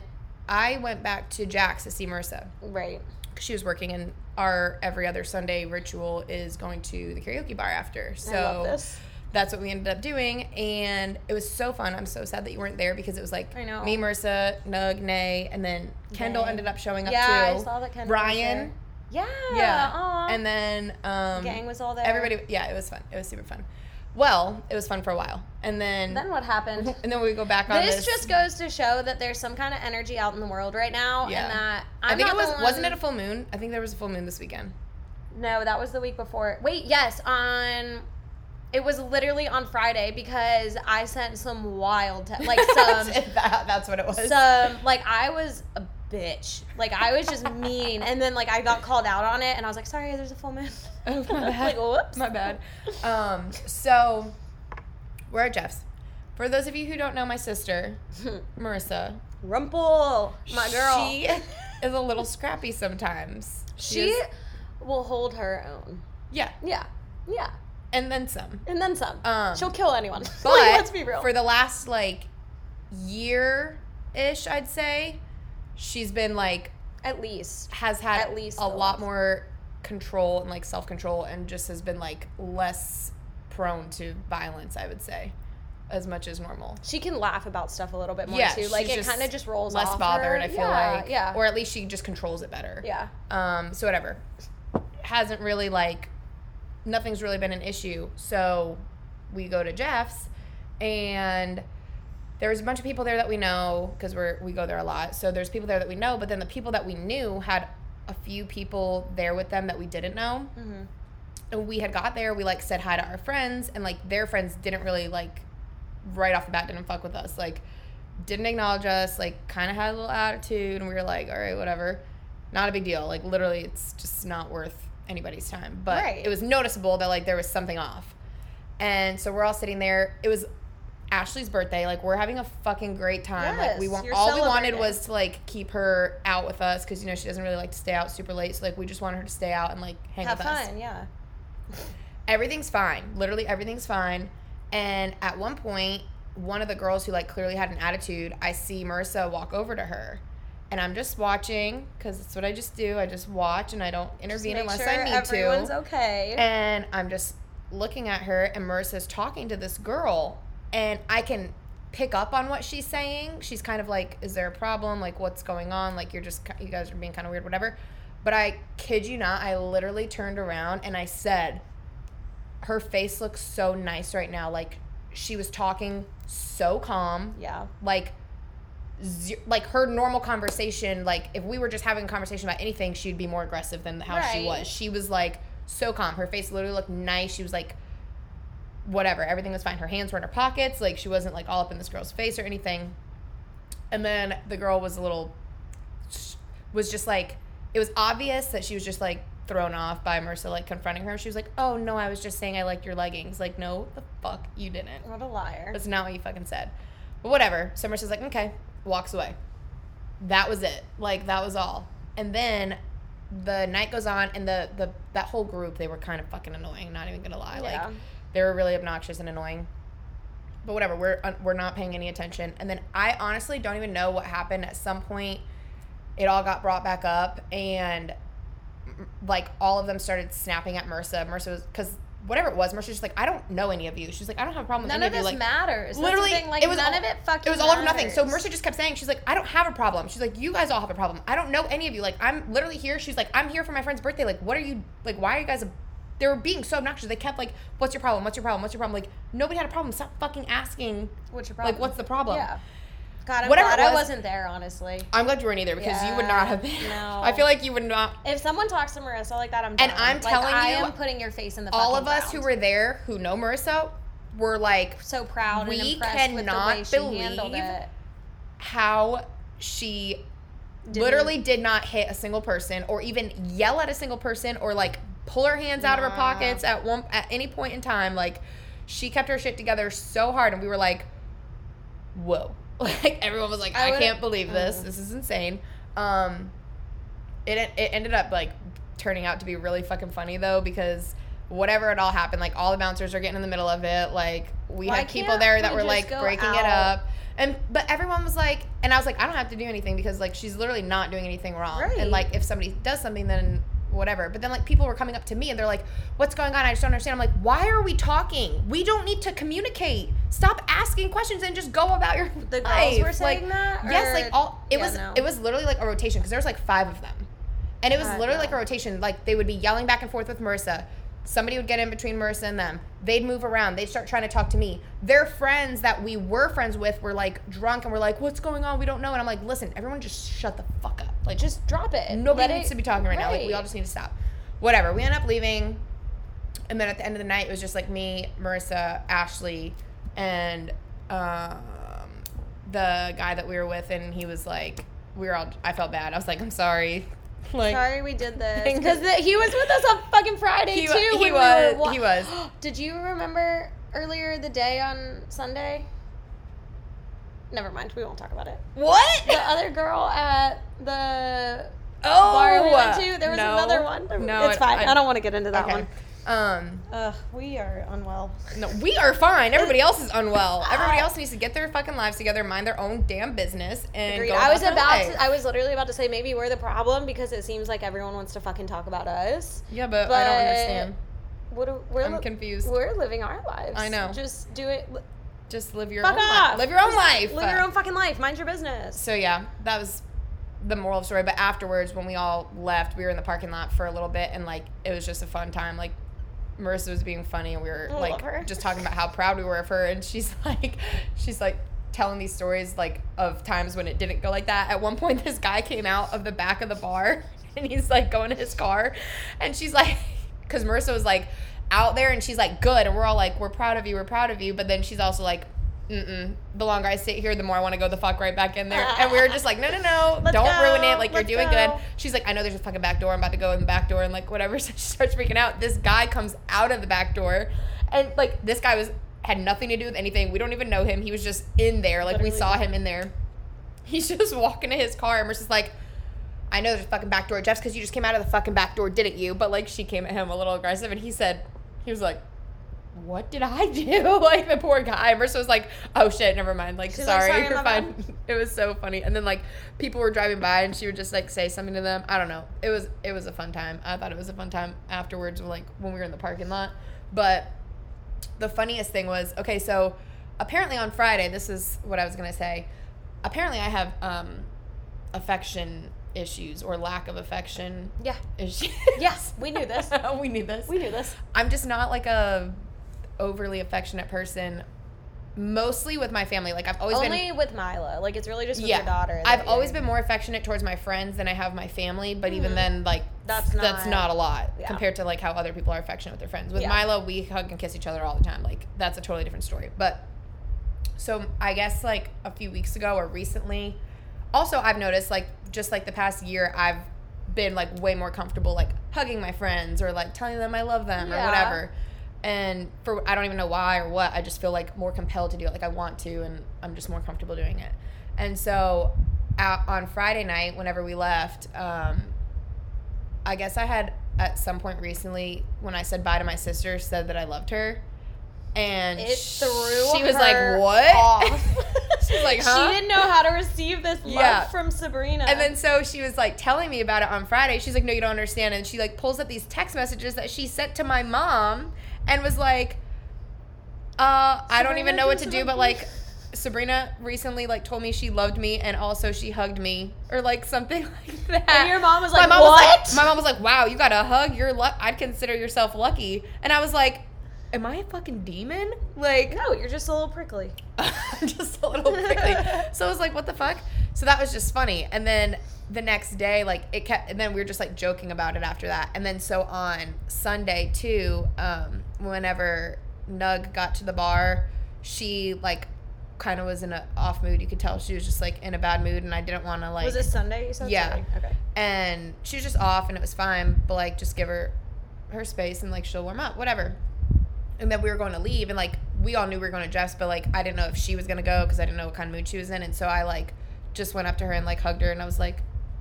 [SPEAKER 2] I went back to Jack's to see Marissa.
[SPEAKER 1] Right.
[SPEAKER 2] 'cause She was working, and our every other Sunday ritual is going to the karaoke bar after. So
[SPEAKER 1] I love this.
[SPEAKER 2] that's what we ended up doing and it was so fun i'm so sad that you weren't there because it was like
[SPEAKER 1] I know.
[SPEAKER 2] me marissa nug nay and then kendall
[SPEAKER 1] Nay.
[SPEAKER 2] ended up showing up
[SPEAKER 1] Yeah,
[SPEAKER 2] too
[SPEAKER 1] I saw that kind of
[SPEAKER 2] ryan
[SPEAKER 1] Yeah.
[SPEAKER 2] yeah
[SPEAKER 1] Aw.
[SPEAKER 2] and then um
[SPEAKER 1] gang was all there.
[SPEAKER 2] everybody yeah it was fun it was super fun well it was fun for a while and then,
[SPEAKER 1] Then what happened?
[SPEAKER 2] and then we go back on
[SPEAKER 1] this,
[SPEAKER 2] this,
[SPEAKER 1] just goes to show that there's some kind of energy out in the world right now,
[SPEAKER 2] Yeah.
[SPEAKER 1] and that I'm
[SPEAKER 2] i think
[SPEAKER 1] not
[SPEAKER 2] it
[SPEAKER 1] the
[SPEAKER 2] was
[SPEAKER 1] one-
[SPEAKER 2] wasn't it a full moon i think there was a full moon this weekend
[SPEAKER 1] No, that was the week before. Wait, yes, on it was literally on Friday because I sent some wild te- like some
[SPEAKER 2] That- that's what it was
[SPEAKER 1] some like I was a bitch. Like I was just mean and then like I got called out on it and I was like, "Sorry, there's a full moon."
[SPEAKER 2] Oh, my bad.
[SPEAKER 1] like, whoops.
[SPEAKER 2] My bad. Um, so we're at Jeff's. For those of you who don't know my sister, Marissa,
[SPEAKER 1] Rumple, my girl.
[SPEAKER 2] she is a little scrappy sometimes.
[SPEAKER 1] she
[SPEAKER 2] is-
[SPEAKER 1] will hold her own.
[SPEAKER 2] yeah,
[SPEAKER 1] Yeah. Yeah.
[SPEAKER 2] and then some.
[SPEAKER 1] And then some.
[SPEAKER 2] Um,
[SPEAKER 1] She'll kill anyone. Like,
[SPEAKER 2] But
[SPEAKER 1] let's be real.
[SPEAKER 2] for the last like year ish, I'd say she's been like
[SPEAKER 1] At least.
[SPEAKER 2] has had
[SPEAKER 1] At least
[SPEAKER 2] a
[SPEAKER 1] the
[SPEAKER 2] lot
[SPEAKER 1] last-
[SPEAKER 2] more control and like self control, and just has been like less prone to violence. I would say, as much as normal.
[SPEAKER 1] She can laugh about stuff a little bit more
[SPEAKER 2] Yeah,
[SPEAKER 1] too. Like
[SPEAKER 2] she's
[SPEAKER 1] it
[SPEAKER 2] just
[SPEAKER 1] kind of just rolls
[SPEAKER 2] less
[SPEAKER 1] off
[SPEAKER 2] bothered.
[SPEAKER 1] her.
[SPEAKER 2] I feel
[SPEAKER 1] Yeah,
[SPEAKER 2] like,
[SPEAKER 1] yeah,
[SPEAKER 2] or at least she just controls it better.
[SPEAKER 1] yeah.
[SPEAKER 2] Um. So whatever. Hasn't really like, nothing's really been an issue. So we go to Jeff's, and there was a bunch of people there that we know because we're we go there a lot. So there's people there that we know, but then the people that we knew had a few people there with them that we didn't know.
[SPEAKER 1] Mhm.
[SPEAKER 2] And we had got there, we like said hi to our friends, and like their friends didn't really like right off the bat didn't fuck with us. Like didn't acknowledge us, like kind of had a little attitude, and we were like, all right, whatever. Not a big deal. Like literally, it's just not worth anybody's time. But
[SPEAKER 1] Right.
[SPEAKER 2] it was noticeable that like there was something off. And so we're all sitting there. It was Ashley's birthday. Like we're having a fucking great time. like we
[SPEAKER 1] Yes,
[SPEAKER 2] want
[SPEAKER 1] you're
[SPEAKER 2] all we wanted
[SPEAKER 1] celebrating.
[SPEAKER 2] was to like keep her out with us because you know she doesn't really like to stay out super late. So like we just wanted her to stay out and like hang
[SPEAKER 1] Have
[SPEAKER 2] with us.
[SPEAKER 1] fun, yeah.
[SPEAKER 2] everything's fine. Literally everything's fine. And at one point, one of the girls who like clearly had an attitude, I see Marissa walk over to her. And I'm just watching because that's what I just do. I just watch and I don't
[SPEAKER 1] Just
[SPEAKER 2] intervene
[SPEAKER 1] make
[SPEAKER 2] unless
[SPEAKER 1] sure
[SPEAKER 2] I need
[SPEAKER 1] everyone's
[SPEAKER 2] to.
[SPEAKER 1] okay.
[SPEAKER 2] And I'm just looking at her and Marissa's talking to this girl and I can pick up on what she's saying. She's kind of like, "Is there a problem? Like what's going on? Like you're just you guys are being kind of weird, whatever." But I kid you not, I literally turned around and I said, her face looks so nice right now. Like she was talking so calm,
[SPEAKER 1] yeah.
[SPEAKER 2] like ze- like her normal conversation. Like if we were just having a conversation about anything, she'd be more aggressive than how she
[SPEAKER 1] Right.
[SPEAKER 2] was. She was like so calm. Her face literally looked nice. She was like whatever. Everything was fine. Her hands were in her pockets. Like she wasn't like all up in this girl's face or anything. And then the girl was a little was just like it was obvious that she was just like thrown off by Marissa like confronting her. She was like, "Oh no, I was just saying I like your leggings." Like, no, the fuck you didn't.
[SPEAKER 1] What a liar.
[SPEAKER 2] That's not what you fucking said. But whatever. So Marissa's like, "Okay," walks away. That was it. Like that was all. And then the night goes on, and the the that whole group they were kind of fucking annoying. Not even gonna lie. Like
[SPEAKER 1] yeah.
[SPEAKER 2] they were really obnoxious and annoying. But whatever, we're uh, we're not paying any attention. And then I honestly don't even know what happened. At some point, it all got brought back up, and mm, like all of them started snapping at Marissa. Marissa was because whatever it was, Marissa was just like, I don't know any of you. She's like, I don't have a problem with
[SPEAKER 1] None
[SPEAKER 2] any
[SPEAKER 1] of this
[SPEAKER 2] you. Like,
[SPEAKER 1] matters.
[SPEAKER 2] literally,
[SPEAKER 1] That's the thing. like
[SPEAKER 2] it was
[SPEAKER 1] none
[SPEAKER 2] all-
[SPEAKER 1] of it fucking.
[SPEAKER 2] it was all or nothing. So
[SPEAKER 1] matters.
[SPEAKER 2] Marissa just kept saying, she's like, I don't have a problem. She's like, you guys all have a problem. I don't know any of you. Like, I'm literally here. She's like, I'm here for my friend's birthday. Like, what are you, like, why are you guys, a, they were being so obnoxious. They kept like, what's your problem? What's your problem? What's your problem? Like, nobody had a problem. Stop fucking asking.
[SPEAKER 1] What's your problem?
[SPEAKER 2] Like, what's the problem?
[SPEAKER 1] Yeah. God, I'm
[SPEAKER 2] Whatever
[SPEAKER 1] glad
[SPEAKER 2] it
[SPEAKER 1] I
[SPEAKER 2] was-
[SPEAKER 1] wasn't there, honestly.
[SPEAKER 2] I'm glad you weren't either because you would not
[SPEAKER 1] Yeah,
[SPEAKER 2] have been.
[SPEAKER 1] no.
[SPEAKER 2] I feel like you would not.
[SPEAKER 1] If someone talks to Marissa like that, I'm done.
[SPEAKER 2] And I'm
[SPEAKER 1] Like,
[SPEAKER 2] telling
[SPEAKER 1] I
[SPEAKER 2] you,
[SPEAKER 1] am putting your face in the
[SPEAKER 2] All
[SPEAKER 1] fucking
[SPEAKER 2] of us who
[SPEAKER 1] ground.
[SPEAKER 2] were there who know Marissa were like,
[SPEAKER 1] so proud and
[SPEAKER 2] we
[SPEAKER 1] impressed with the
[SPEAKER 2] cannot
[SPEAKER 1] way she handled
[SPEAKER 2] believe
[SPEAKER 1] it.
[SPEAKER 2] how she
[SPEAKER 1] Didn't-
[SPEAKER 2] literally did not hit a single person or even yell at a single person or like pull her hands out of her
[SPEAKER 1] Nah.
[SPEAKER 2] pockets at one at any point in time like she kept her shit together so hard and we were like whoa like everyone was like
[SPEAKER 1] I
[SPEAKER 2] i,
[SPEAKER 1] would've-
[SPEAKER 2] can't believe this
[SPEAKER 1] Mm.
[SPEAKER 2] this is insane um it it ended up like turning out to be really fucking funny though because whatever it all happened like all the bouncers are getting in the middle of it like we
[SPEAKER 1] Why
[SPEAKER 2] had people
[SPEAKER 1] can't
[SPEAKER 2] there
[SPEAKER 1] we
[SPEAKER 2] that were
[SPEAKER 1] just
[SPEAKER 2] like
[SPEAKER 1] go
[SPEAKER 2] breaking it
[SPEAKER 1] out?
[SPEAKER 2] up and but everyone was like and i was like i don't have to do anything because like she's literally not doing anything wrong
[SPEAKER 1] Right.
[SPEAKER 2] and like if somebody does something then whatever but then like people were coming up to me and they're like what's going on i just don't understand i'm like why are we talking we don't need to communicate stop asking questions and just go about your
[SPEAKER 1] The girls
[SPEAKER 2] life.
[SPEAKER 1] were saying
[SPEAKER 2] like,
[SPEAKER 1] that.
[SPEAKER 2] yes like
[SPEAKER 1] or-
[SPEAKER 2] all it
[SPEAKER 1] yeah,
[SPEAKER 2] was
[SPEAKER 1] no.
[SPEAKER 2] it was literally like a rotation because there was like five of them and it was
[SPEAKER 1] God,
[SPEAKER 2] literally
[SPEAKER 1] no.
[SPEAKER 2] like a rotation like they would be yelling back and forth with marissa somebody would get in between marissa and them they'd move around they'd start trying to talk to me their friends that we were friends with were like drunk and were like what's going on we don't know and i'm like listen everyone just shut the fuck up like just
[SPEAKER 1] just drop it.
[SPEAKER 2] nobody
[SPEAKER 1] Let
[SPEAKER 2] needs
[SPEAKER 1] it-
[SPEAKER 2] to be talking right, now like we
[SPEAKER 1] Right.
[SPEAKER 2] all just need to stop whatever we end up leaving and then at the end of the night it was just like me marissa ashley and um, the guy that we were with and he was like we were all i felt bad i was like i'm sorry like
[SPEAKER 1] Sorry we did this
[SPEAKER 2] Thank-
[SPEAKER 1] because he was with us on fucking Friday
[SPEAKER 2] He
[SPEAKER 1] too.
[SPEAKER 2] wa- he
[SPEAKER 1] when we
[SPEAKER 2] was-
[SPEAKER 1] were wa-
[SPEAKER 2] he was.
[SPEAKER 1] Did you remember earlier the day on Sunday? Never mind. We won't talk about it.
[SPEAKER 2] what
[SPEAKER 1] The uh, other girl at the
[SPEAKER 2] oh
[SPEAKER 1] bar we went to. There was
[SPEAKER 2] no.
[SPEAKER 1] another one. There-
[SPEAKER 2] no
[SPEAKER 1] it's fine. I, don't want to get into that
[SPEAKER 2] okay.
[SPEAKER 1] one.
[SPEAKER 2] um
[SPEAKER 1] Ugh, we are unwell.
[SPEAKER 2] no we are fine everybody else is unwell everybody else needs to get their fucking lives together mind their own damn business and
[SPEAKER 1] Agreed.
[SPEAKER 2] go
[SPEAKER 1] I was
[SPEAKER 2] their
[SPEAKER 1] about.
[SPEAKER 2] life.
[SPEAKER 1] To, I was literally about to say maybe we're the problem because it seems like everyone wants to fucking talk about us.
[SPEAKER 2] yeah but, i
[SPEAKER 1] but-
[SPEAKER 2] don't understand
[SPEAKER 1] What do- we're
[SPEAKER 2] i'm
[SPEAKER 1] li-
[SPEAKER 2] confused
[SPEAKER 1] we're living our lives.
[SPEAKER 2] I know.
[SPEAKER 1] Just do it.
[SPEAKER 2] just live your
[SPEAKER 1] Fuck
[SPEAKER 2] own
[SPEAKER 1] off.
[SPEAKER 2] life live your own life
[SPEAKER 1] Live your own fucking life. Mind your business.
[SPEAKER 2] So yeah, that was the moral of the story. But afterwards, when we all left, we were in the parking lot for a little bit, and like it was just a fun time. Like Marissa was being funny, and we were
[SPEAKER 1] I love her.
[SPEAKER 2] like just talking about how proud we were of her, and she's like, she's like telling these stories like of times when it didn't go like that. At one point, this guy came out of the back of the bar, and he's like going to his car, and she's like, because Marissa was like out there, and she's like, good, and we're all like, we're proud of you, we're proud of you, but then she's also like. Mm-mm. The longer I sit here, the more I want to go the fuck right back in there. And we were just like, no, no, no,
[SPEAKER 1] Let's
[SPEAKER 2] don't
[SPEAKER 1] go,
[SPEAKER 2] ruin it. Like you're
[SPEAKER 1] let's
[SPEAKER 2] doing
[SPEAKER 1] go.
[SPEAKER 2] good. She's like, I know there's a fucking back door. I'm about to go in the back door and like whatever. So she starts freaking out. This guy comes out of the back door, and like this guy was had nothing to do with anything. We don't even know him. He was just in there. Like we
[SPEAKER 1] Literally.
[SPEAKER 2] saw him in there. He's just walking to his car and we're just like, I know there's a fucking back door, Jeff's because you just came out of the fucking back door, didn't you? But like she came at him a little aggressive and he said, he was like, what did I do? like the poor guy. Marissa was like, "Oh shit, never mind." Like,
[SPEAKER 1] She's like,
[SPEAKER 2] sorry,
[SPEAKER 1] "Sorry,
[SPEAKER 2] you're
[SPEAKER 1] my
[SPEAKER 2] fine. It was so funny. And then like people were driving by, and she would just like say something to them. I don't know. It was it was a fun time. I thought it was a fun time afterwards, like when we were in the parking lot. But the funniest thing was okay. So apparently on Friday, this is what I was gonna say. Apparently I have um affection issues or lack of affection
[SPEAKER 1] Yeah.
[SPEAKER 2] issues.
[SPEAKER 1] Yes, we knew this.
[SPEAKER 2] we knew this.
[SPEAKER 1] We knew this.
[SPEAKER 2] I'm just not like a overly affectionate person. Mostly with my family, like I've always been.
[SPEAKER 1] Only with Milo. Like it's really just with
[SPEAKER 2] Yeah,
[SPEAKER 1] your daughter.
[SPEAKER 2] I've
[SPEAKER 1] that
[SPEAKER 2] always
[SPEAKER 1] you're-
[SPEAKER 2] been more affectionate towards my friends than I have my family, but even
[SPEAKER 1] Mhm.
[SPEAKER 2] then, like
[SPEAKER 1] That's not-
[SPEAKER 2] that's not a lot
[SPEAKER 1] Yeah.
[SPEAKER 2] compared to like how other people are affectionate with their friends. With
[SPEAKER 1] Yeah.
[SPEAKER 2] Milo, we hug and kiss each other all the time. Like that's a totally different story. But so I guess like a few weeks ago or recently, also I've noticed like just like the past year, I've been like way more comfortable like hugging my friends or like telling them I love them or
[SPEAKER 1] Yeah.
[SPEAKER 2] whatever. And for I don't even know why or what, I just feel like more compelled to do it. Like I want to, and I'm just more comfortable doing it. And so out on Friday night, whenever we left, um, I guess I had at some point recently when I said bye to my sister, said that I loved her, and
[SPEAKER 1] It threw
[SPEAKER 2] she was
[SPEAKER 1] her
[SPEAKER 2] like, "What?"
[SPEAKER 1] off.
[SPEAKER 2] She's like, "Huh?"
[SPEAKER 1] She didn't know how to receive this love
[SPEAKER 2] Yeah.
[SPEAKER 1] from Sabrina.
[SPEAKER 2] And then so she was like telling me about it on Friday. She's like, "No, you don't understand." And she like pulls up these text messages that she sent to my mom, and was like, "Uh, I don't even know what to do, but like." Sabrina recently like told me she loved me and also she hugged me or like something like that.
[SPEAKER 1] And your mom was like,
[SPEAKER 2] my mom
[SPEAKER 1] "What?"
[SPEAKER 2] Was like, my mom was like, "Wow, you got a hug. You're luck. I'd consider yourself lucky." And I was like, "Am I a fucking demon? Like,
[SPEAKER 1] no, you're just a little prickly.
[SPEAKER 2] I'm just a little prickly. so I was like, what the fuck? So that was just funny. And then the next day, like it kept, and then we were just like joking about it after that. And then so on Sunday too, um, whenever Nug got to the bar, she like kind of was in a off mood. You could tell she was just like in a bad mood, and I didn't want to like
[SPEAKER 1] was this Sunday? You said
[SPEAKER 2] Yeah.
[SPEAKER 1] Sorry. Okay.
[SPEAKER 2] and she was just off and it was fine but like just give her her space and like she'll warm up whatever and then we were going to leave and like we all knew we were going to dress but like i didn't know if she was going to go because i didn't know what kind of mood she was in and so i like just went up to her and like hugged her and i was like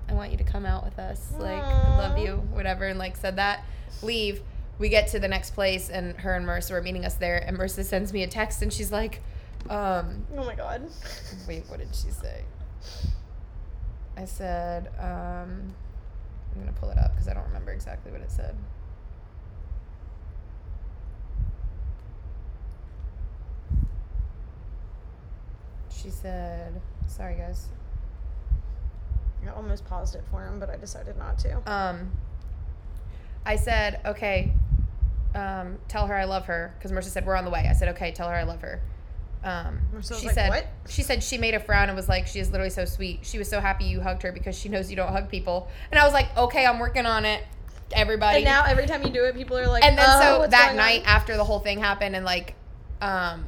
[SPEAKER 2] i want you to come out with us like i love
[SPEAKER 1] Aw.
[SPEAKER 2] you whatever and like said that leave we get to the next place and her and marissa were meeting us there and marissa sends me a text and she's like um
[SPEAKER 1] Oh my god.
[SPEAKER 2] Wait, what did she say? I said, um, I'm gonna pull it up because I don't remember exactly what it said. She said, sorry guys.
[SPEAKER 1] I almost paused it for him, but I decided not to.
[SPEAKER 2] Um, I said, okay, um, tell her I love her because Marcia said we're on the way. I said, okay, tell her I love her. Um,
[SPEAKER 1] Marissa was
[SPEAKER 2] she
[SPEAKER 1] like,
[SPEAKER 2] said,
[SPEAKER 1] "What?"
[SPEAKER 2] she said she made a frown and was like, she is literally so sweet. She was so happy you hugged her because she knows you don't hug people. And I was like, okay, I'm working on it, everybody.
[SPEAKER 1] And now every time you do it, people are like,
[SPEAKER 2] And then
[SPEAKER 1] "Oh,
[SPEAKER 2] so
[SPEAKER 1] what's
[SPEAKER 2] that
[SPEAKER 1] going on?"
[SPEAKER 2] night after the whole thing happened and like um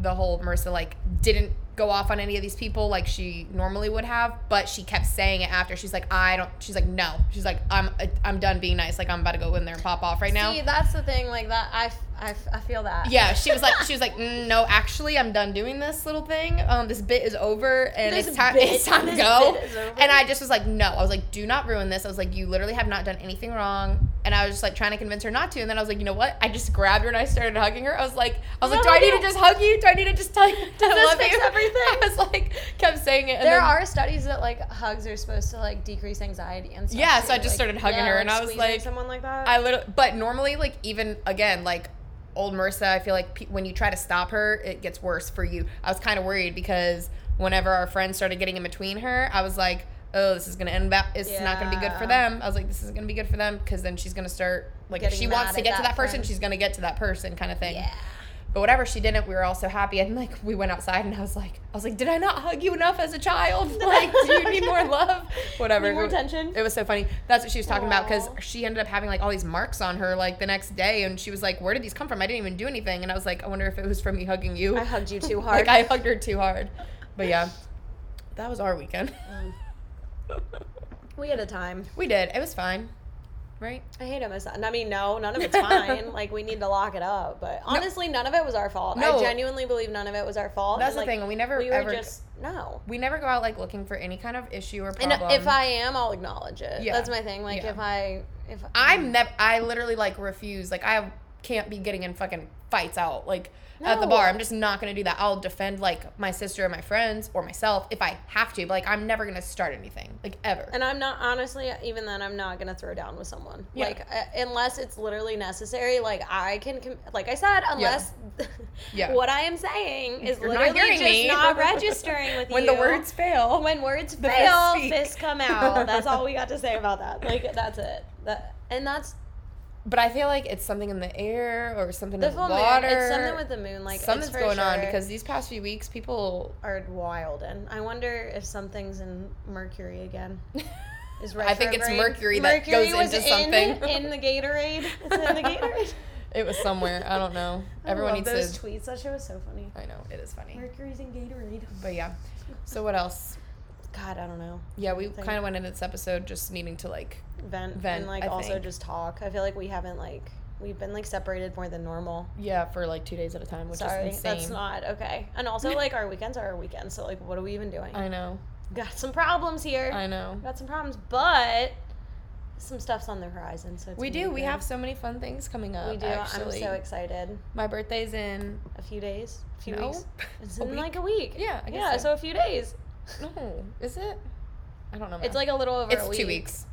[SPEAKER 2] the whole Marissa like didn't go off on any of these people like she normally would have, but she kept saying it after. She's like, I don't she's like, no. She's like, I'm I'm done being nice. Like I'm about to go in there and pop off right now.
[SPEAKER 1] See, that's the thing. Like that, I, f- I, f- I feel that.
[SPEAKER 2] yeah, she was like, she was like, "Mm, no, actually, I'm done doing this little thing. Um, this bit is over, and
[SPEAKER 1] This
[SPEAKER 2] it's time,
[SPEAKER 1] bit-
[SPEAKER 2] it's time to
[SPEAKER 1] this
[SPEAKER 2] go.
[SPEAKER 1] bit is over.
[SPEAKER 2] And I just was like, no, I was like, do not ruin this. I was like, you literally have not done anything wrong. And I was just like trying to convince her not to. And then I was like, you know what? I just grabbed her and I started hugging her. I was like, I was
[SPEAKER 1] No,
[SPEAKER 2] like, do I need
[SPEAKER 1] no.
[SPEAKER 2] to just hug you? Do I need to just tell you that I
[SPEAKER 1] this
[SPEAKER 2] love
[SPEAKER 1] fix
[SPEAKER 2] you?
[SPEAKER 1] everything?
[SPEAKER 2] I was like, kept saying it. And
[SPEAKER 1] there
[SPEAKER 2] then-
[SPEAKER 1] are studies that like hugs are supposed to like decrease anxiety and stuff.
[SPEAKER 2] Yeah, so I
[SPEAKER 1] too, like-
[SPEAKER 2] just started hugging
[SPEAKER 1] yeah,
[SPEAKER 2] her, and I was
[SPEAKER 1] squeezing
[SPEAKER 2] like-
[SPEAKER 1] someone like that.
[SPEAKER 2] I literally, but normally, like even again, like old Marissa, I feel like pe- when you try to stop her, it gets worse for you. I was kind of worried because whenever our friends started getting in between her, I was like, oh, this is gonna end up. It's not gonna be good for
[SPEAKER 1] Yeah.
[SPEAKER 2] them. I was like, this isn't gonna be good for them because then she's gonna start like if
[SPEAKER 1] Getting
[SPEAKER 2] she
[SPEAKER 1] mad
[SPEAKER 2] wants to
[SPEAKER 1] at
[SPEAKER 2] get to
[SPEAKER 1] that
[SPEAKER 2] that person,
[SPEAKER 1] friend.
[SPEAKER 2] she's gonna get to that person, kind of thing.
[SPEAKER 1] yeah.
[SPEAKER 2] But whatever she didn't, we were all so happy. And like we went outside, and I was like, I was like, did I not hug you enough as a child? Like, do you need more love? Whatever.
[SPEAKER 1] Need more
[SPEAKER 2] It wa-
[SPEAKER 1] attention?
[SPEAKER 2] It was so funny. That's what she was talking about because
[SPEAKER 1] Aw.
[SPEAKER 2] she ended up having like all these marks on her like the next day, and she was like, where did these come from? I didn't even do anything. And I was like, I wonder if it was from me hugging you.
[SPEAKER 1] I hugged you too
[SPEAKER 2] like
[SPEAKER 1] hard.
[SPEAKER 2] I hugged her too hard. But yeah, that was our weekend.
[SPEAKER 1] Um, we had a time.
[SPEAKER 2] we did. It was fine. right?
[SPEAKER 1] I hate him. It's not, I mean, no, none of it's fine. like, we need to lock it up. But honestly, none of it was our fault.
[SPEAKER 2] No.
[SPEAKER 1] I genuinely believe none of it was our fault.
[SPEAKER 2] That's
[SPEAKER 1] And,
[SPEAKER 2] the
[SPEAKER 1] like,
[SPEAKER 2] thing. We never
[SPEAKER 1] We
[SPEAKER 2] ever
[SPEAKER 1] were just no.
[SPEAKER 2] we never go out like looking for any kind of issue or
[SPEAKER 1] And
[SPEAKER 2] problem.
[SPEAKER 1] if I am, I'll acknowledge it.
[SPEAKER 2] Yeah.
[SPEAKER 1] That's my thing. Like
[SPEAKER 2] Yeah.
[SPEAKER 1] if I if
[SPEAKER 2] I'm never. I literally like refuse. Like I can't be getting in fucking fights out like at the
[SPEAKER 1] No.
[SPEAKER 2] bar. I'm just not gonna do that. I'll defend like my sister and my friends or myself if I have to. But like I'm never gonna start anything like ever.
[SPEAKER 1] and I'm not honestly even then I'm not gonna throw down with someone
[SPEAKER 2] Yeah.
[SPEAKER 1] like uh, unless it's literally necessary. Like I can com- like I said unless
[SPEAKER 2] Yeah.
[SPEAKER 1] what I am saying is
[SPEAKER 2] You're not
[SPEAKER 1] literally
[SPEAKER 2] hearing
[SPEAKER 1] just
[SPEAKER 2] me.
[SPEAKER 1] not registering with
[SPEAKER 2] when
[SPEAKER 1] you. Oh
[SPEAKER 2] the words fail,
[SPEAKER 1] when words
[SPEAKER 2] The fists
[SPEAKER 1] fail,
[SPEAKER 2] speak.
[SPEAKER 1] fists come out. That's all we got to say about that. Like that's it. That and that's
[SPEAKER 2] but I feel like it's something in the air or something
[SPEAKER 1] the
[SPEAKER 2] in the
[SPEAKER 1] full
[SPEAKER 2] water.
[SPEAKER 1] moon. It's something with the moon. Like it's
[SPEAKER 2] something's
[SPEAKER 1] for
[SPEAKER 2] going on
[SPEAKER 1] sure-
[SPEAKER 2] because these past few weeks, people.
[SPEAKER 1] are wild and I wonder if something's in Mercury again. Is
[SPEAKER 2] I think it's
[SPEAKER 1] retrograde-
[SPEAKER 2] Mercury that
[SPEAKER 1] Mercury
[SPEAKER 2] goes
[SPEAKER 1] was
[SPEAKER 2] into
[SPEAKER 1] in-
[SPEAKER 2] something.
[SPEAKER 1] in the Gatorade. It's in the Gatorade.
[SPEAKER 2] It was somewhere. I don't know. Everyone
[SPEAKER 1] I love
[SPEAKER 2] needs
[SPEAKER 1] those
[SPEAKER 2] to.
[SPEAKER 1] tweets. That shit was so funny.
[SPEAKER 2] I know it is funny,
[SPEAKER 1] Mercury's in Gatorade.
[SPEAKER 2] but yeah. So what else?
[SPEAKER 1] God, I don't know.
[SPEAKER 2] Yeah, we
[SPEAKER 1] Thing.
[SPEAKER 2] kind of went into this episode just needing to like
[SPEAKER 1] Vent,
[SPEAKER 2] Vent,
[SPEAKER 1] and like
[SPEAKER 2] I
[SPEAKER 1] also
[SPEAKER 2] think.
[SPEAKER 1] just talk. I feel like we haven't like we've been like separated more than normal.
[SPEAKER 2] Yeah, for like two days at a time, which
[SPEAKER 1] Sorry,
[SPEAKER 2] is insane.
[SPEAKER 1] that's not okay. And also like our weekends are our weekends, so like what are we even doing?
[SPEAKER 2] I know.
[SPEAKER 1] Got some problems here.
[SPEAKER 2] I know.
[SPEAKER 1] Got some problems, but some stuff's on the horizon. So it's
[SPEAKER 2] We
[SPEAKER 1] gonna
[SPEAKER 2] do.
[SPEAKER 1] be
[SPEAKER 2] We
[SPEAKER 1] good.
[SPEAKER 2] have so many fun things coming up.
[SPEAKER 1] We do.
[SPEAKER 2] Actually.
[SPEAKER 1] I'm so excited.
[SPEAKER 2] My birthday's in.
[SPEAKER 1] A few days, a few
[SPEAKER 2] No?
[SPEAKER 1] weeks. It's
[SPEAKER 2] A
[SPEAKER 1] in
[SPEAKER 2] week?
[SPEAKER 1] like a week.
[SPEAKER 2] Yeah, I guess
[SPEAKER 1] yeah.
[SPEAKER 2] so.
[SPEAKER 1] So. a few days.
[SPEAKER 2] No, is it? I don't know.
[SPEAKER 1] It's
[SPEAKER 2] man.
[SPEAKER 1] like a little over.
[SPEAKER 2] it's
[SPEAKER 1] a week.
[SPEAKER 2] two weeks.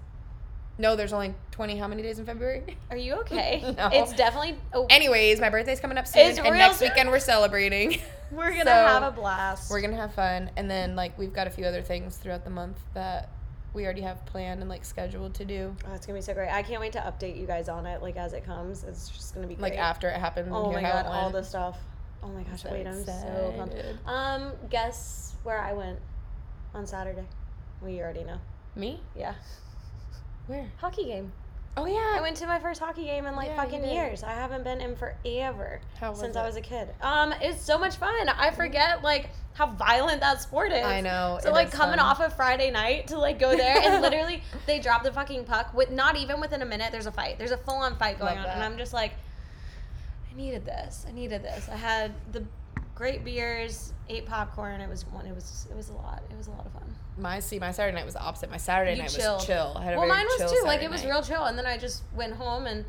[SPEAKER 2] No, there's only twenty. How many days in February?
[SPEAKER 1] Are you okay?
[SPEAKER 2] No.
[SPEAKER 1] It's definitely. Oh,
[SPEAKER 2] Anyways, my birthday's coming up soon,
[SPEAKER 1] It's
[SPEAKER 2] and
[SPEAKER 1] real
[SPEAKER 2] next
[SPEAKER 1] soon.
[SPEAKER 2] weekend we're celebrating.
[SPEAKER 1] we're gonna
[SPEAKER 2] so-
[SPEAKER 1] have a blast.
[SPEAKER 2] we're gonna have fun, and then like we've got a few other things throughout the month that we already have planned and like scheduled to do,
[SPEAKER 1] oh, it's gonna be so great. I can't wait to update you guys on it. Like as it comes, it's just gonna be great.
[SPEAKER 2] like after it happens. and
[SPEAKER 1] Oh
[SPEAKER 2] hear
[SPEAKER 1] my
[SPEAKER 2] how it
[SPEAKER 1] god, all
[SPEAKER 2] went.
[SPEAKER 1] the stuff. Oh my gosh,
[SPEAKER 2] So
[SPEAKER 1] wait, I'm so pumped.
[SPEAKER 2] excited.
[SPEAKER 1] Um, guess where I went on Saturday? Well, you already know.
[SPEAKER 2] Me?
[SPEAKER 1] Yeah,
[SPEAKER 2] Where?
[SPEAKER 1] hockey game.
[SPEAKER 2] Oh yeah.
[SPEAKER 1] I went to my first hockey game in like
[SPEAKER 2] Yeah, you
[SPEAKER 1] fucking
[SPEAKER 2] did.
[SPEAKER 1] years. I haven't been in forever.
[SPEAKER 2] How was
[SPEAKER 1] since
[SPEAKER 2] it?
[SPEAKER 1] I was a kid. Um, it's so much fun. I forget like how violent that sport is.
[SPEAKER 2] I know.
[SPEAKER 1] So
[SPEAKER 2] it
[SPEAKER 1] like
[SPEAKER 2] is
[SPEAKER 1] coming
[SPEAKER 2] fun.
[SPEAKER 1] off of Friday night to like go there and literally they drop the fucking puck with not even within a minute. There's a fight. There's a full on fight going
[SPEAKER 2] Love
[SPEAKER 1] on, and
[SPEAKER 2] that.
[SPEAKER 1] I'm just like, I needed this. I needed this. I had the great beers, ate popcorn. It was one. It was it was a lot. It was a lot of fun.
[SPEAKER 2] my see my Saturday night was the opposite. My Saturday
[SPEAKER 1] You
[SPEAKER 2] night
[SPEAKER 1] chilled.
[SPEAKER 2] was chill. I had a
[SPEAKER 1] Well,
[SPEAKER 2] very
[SPEAKER 1] mine was
[SPEAKER 2] chill
[SPEAKER 1] too. like
[SPEAKER 2] Saturday
[SPEAKER 1] it was
[SPEAKER 2] night.
[SPEAKER 1] real chill, and then I just went home and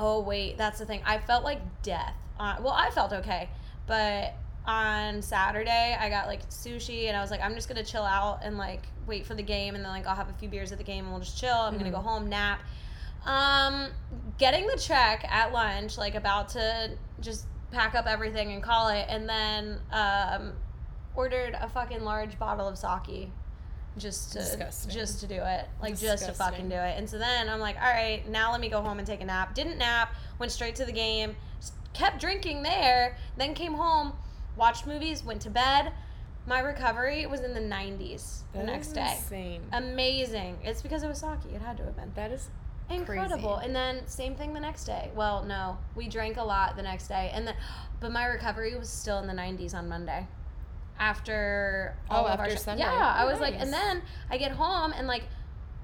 [SPEAKER 1] oh wait, that's the thing. I felt like death. Uh, well, I felt okay, but on Saturday I got like sushi, and I was like, I'm just gonna chill out and like wait for the game, and then like I'll have a few beers at the game, and we'll just chill. I'm gonna
[SPEAKER 2] Mhm.
[SPEAKER 1] go home, nap. Um, getting the check at lunch, like about to just pack up everything and call it, and then um, ordered a fucking large bottle of sake just to
[SPEAKER 2] Disgusting.
[SPEAKER 1] just to do it like just to
[SPEAKER 2] Disgusting.
[SPEAKER 1] fucking do it and so then i'm like all right now let me go home and take a nap didn't nap went straight to the game s- kept drinking there then came home watched movies went to bed my recovery was in the 90s the
[SPEAKER 2] That
[SPEAKER 1] next
[SPEAKER 2] is
[SPEAKER 1] day
[SPEAKER 2] Insane.
[SPEAKER 1] amazing it's because it was sake it had to have been
[SPEAKER 2] that is
[SPEAKER 1] incredible
[SPEAKER 2] Crazy.
[SPEAKER 1] and then same thing the next day well no we drank a lot the next day and then but my recovery was still in the 90s on monday after all
[SPEAKER 2] Oh,
[SPEAKER 1] of our
[SPEAKER 2] after
[SPEAKER 1] sh-
[SPEAKER 2] Sunday.
[SPEAKER 1] yeah i was like
[SPEAKER 2] Nice.
[SPEAKER 1] and then i get home and like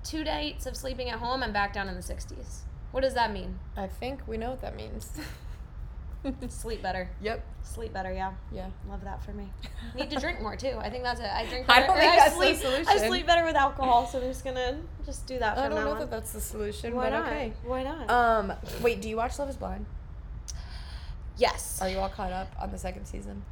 [SPEAKER 1] two nights of sleeping at home i'm back down in the 60s what does that mean
[SPEAKER 2] I think we know what that means.
[SPEAKER 1] sleep better
[SPEAKER 2] yep.
[SPEAKER 1] sleep better yeah
[SPEAKER 2] Yeah.
[SPEAKER 1] love that for me need to drink more too i think that's it i drink
[SPEAKER 2] I
[SPEAKER 1] better
[SPEAKER 2] don't think
[SPEAKER 1] I
[SPEAKER 2] that's the
[SPEAKER 1] sleep i
[SPEAKER 2] solution.
[SPEAKER 1] sleep better with alcohol so i'm just gonna just do that from
[SPEAKER 2] I don't
[SPEAKER 1] now
[SPEAKER 2] know
[SPEAKER 1] on
[SPEAKER 2] that that's the solution,
[SPEAKER 1] why
[SPEAKER 2] but
[SPEAKER 1] not
[SPEAKER 2] okay.
[SPEAKER 1] why not
[SPEAKER 2] Um, wait. Do you watch Love Is Blind?
[SPEAKER 1] yes
[SPEAKER 2] Are you all caught up on the second season?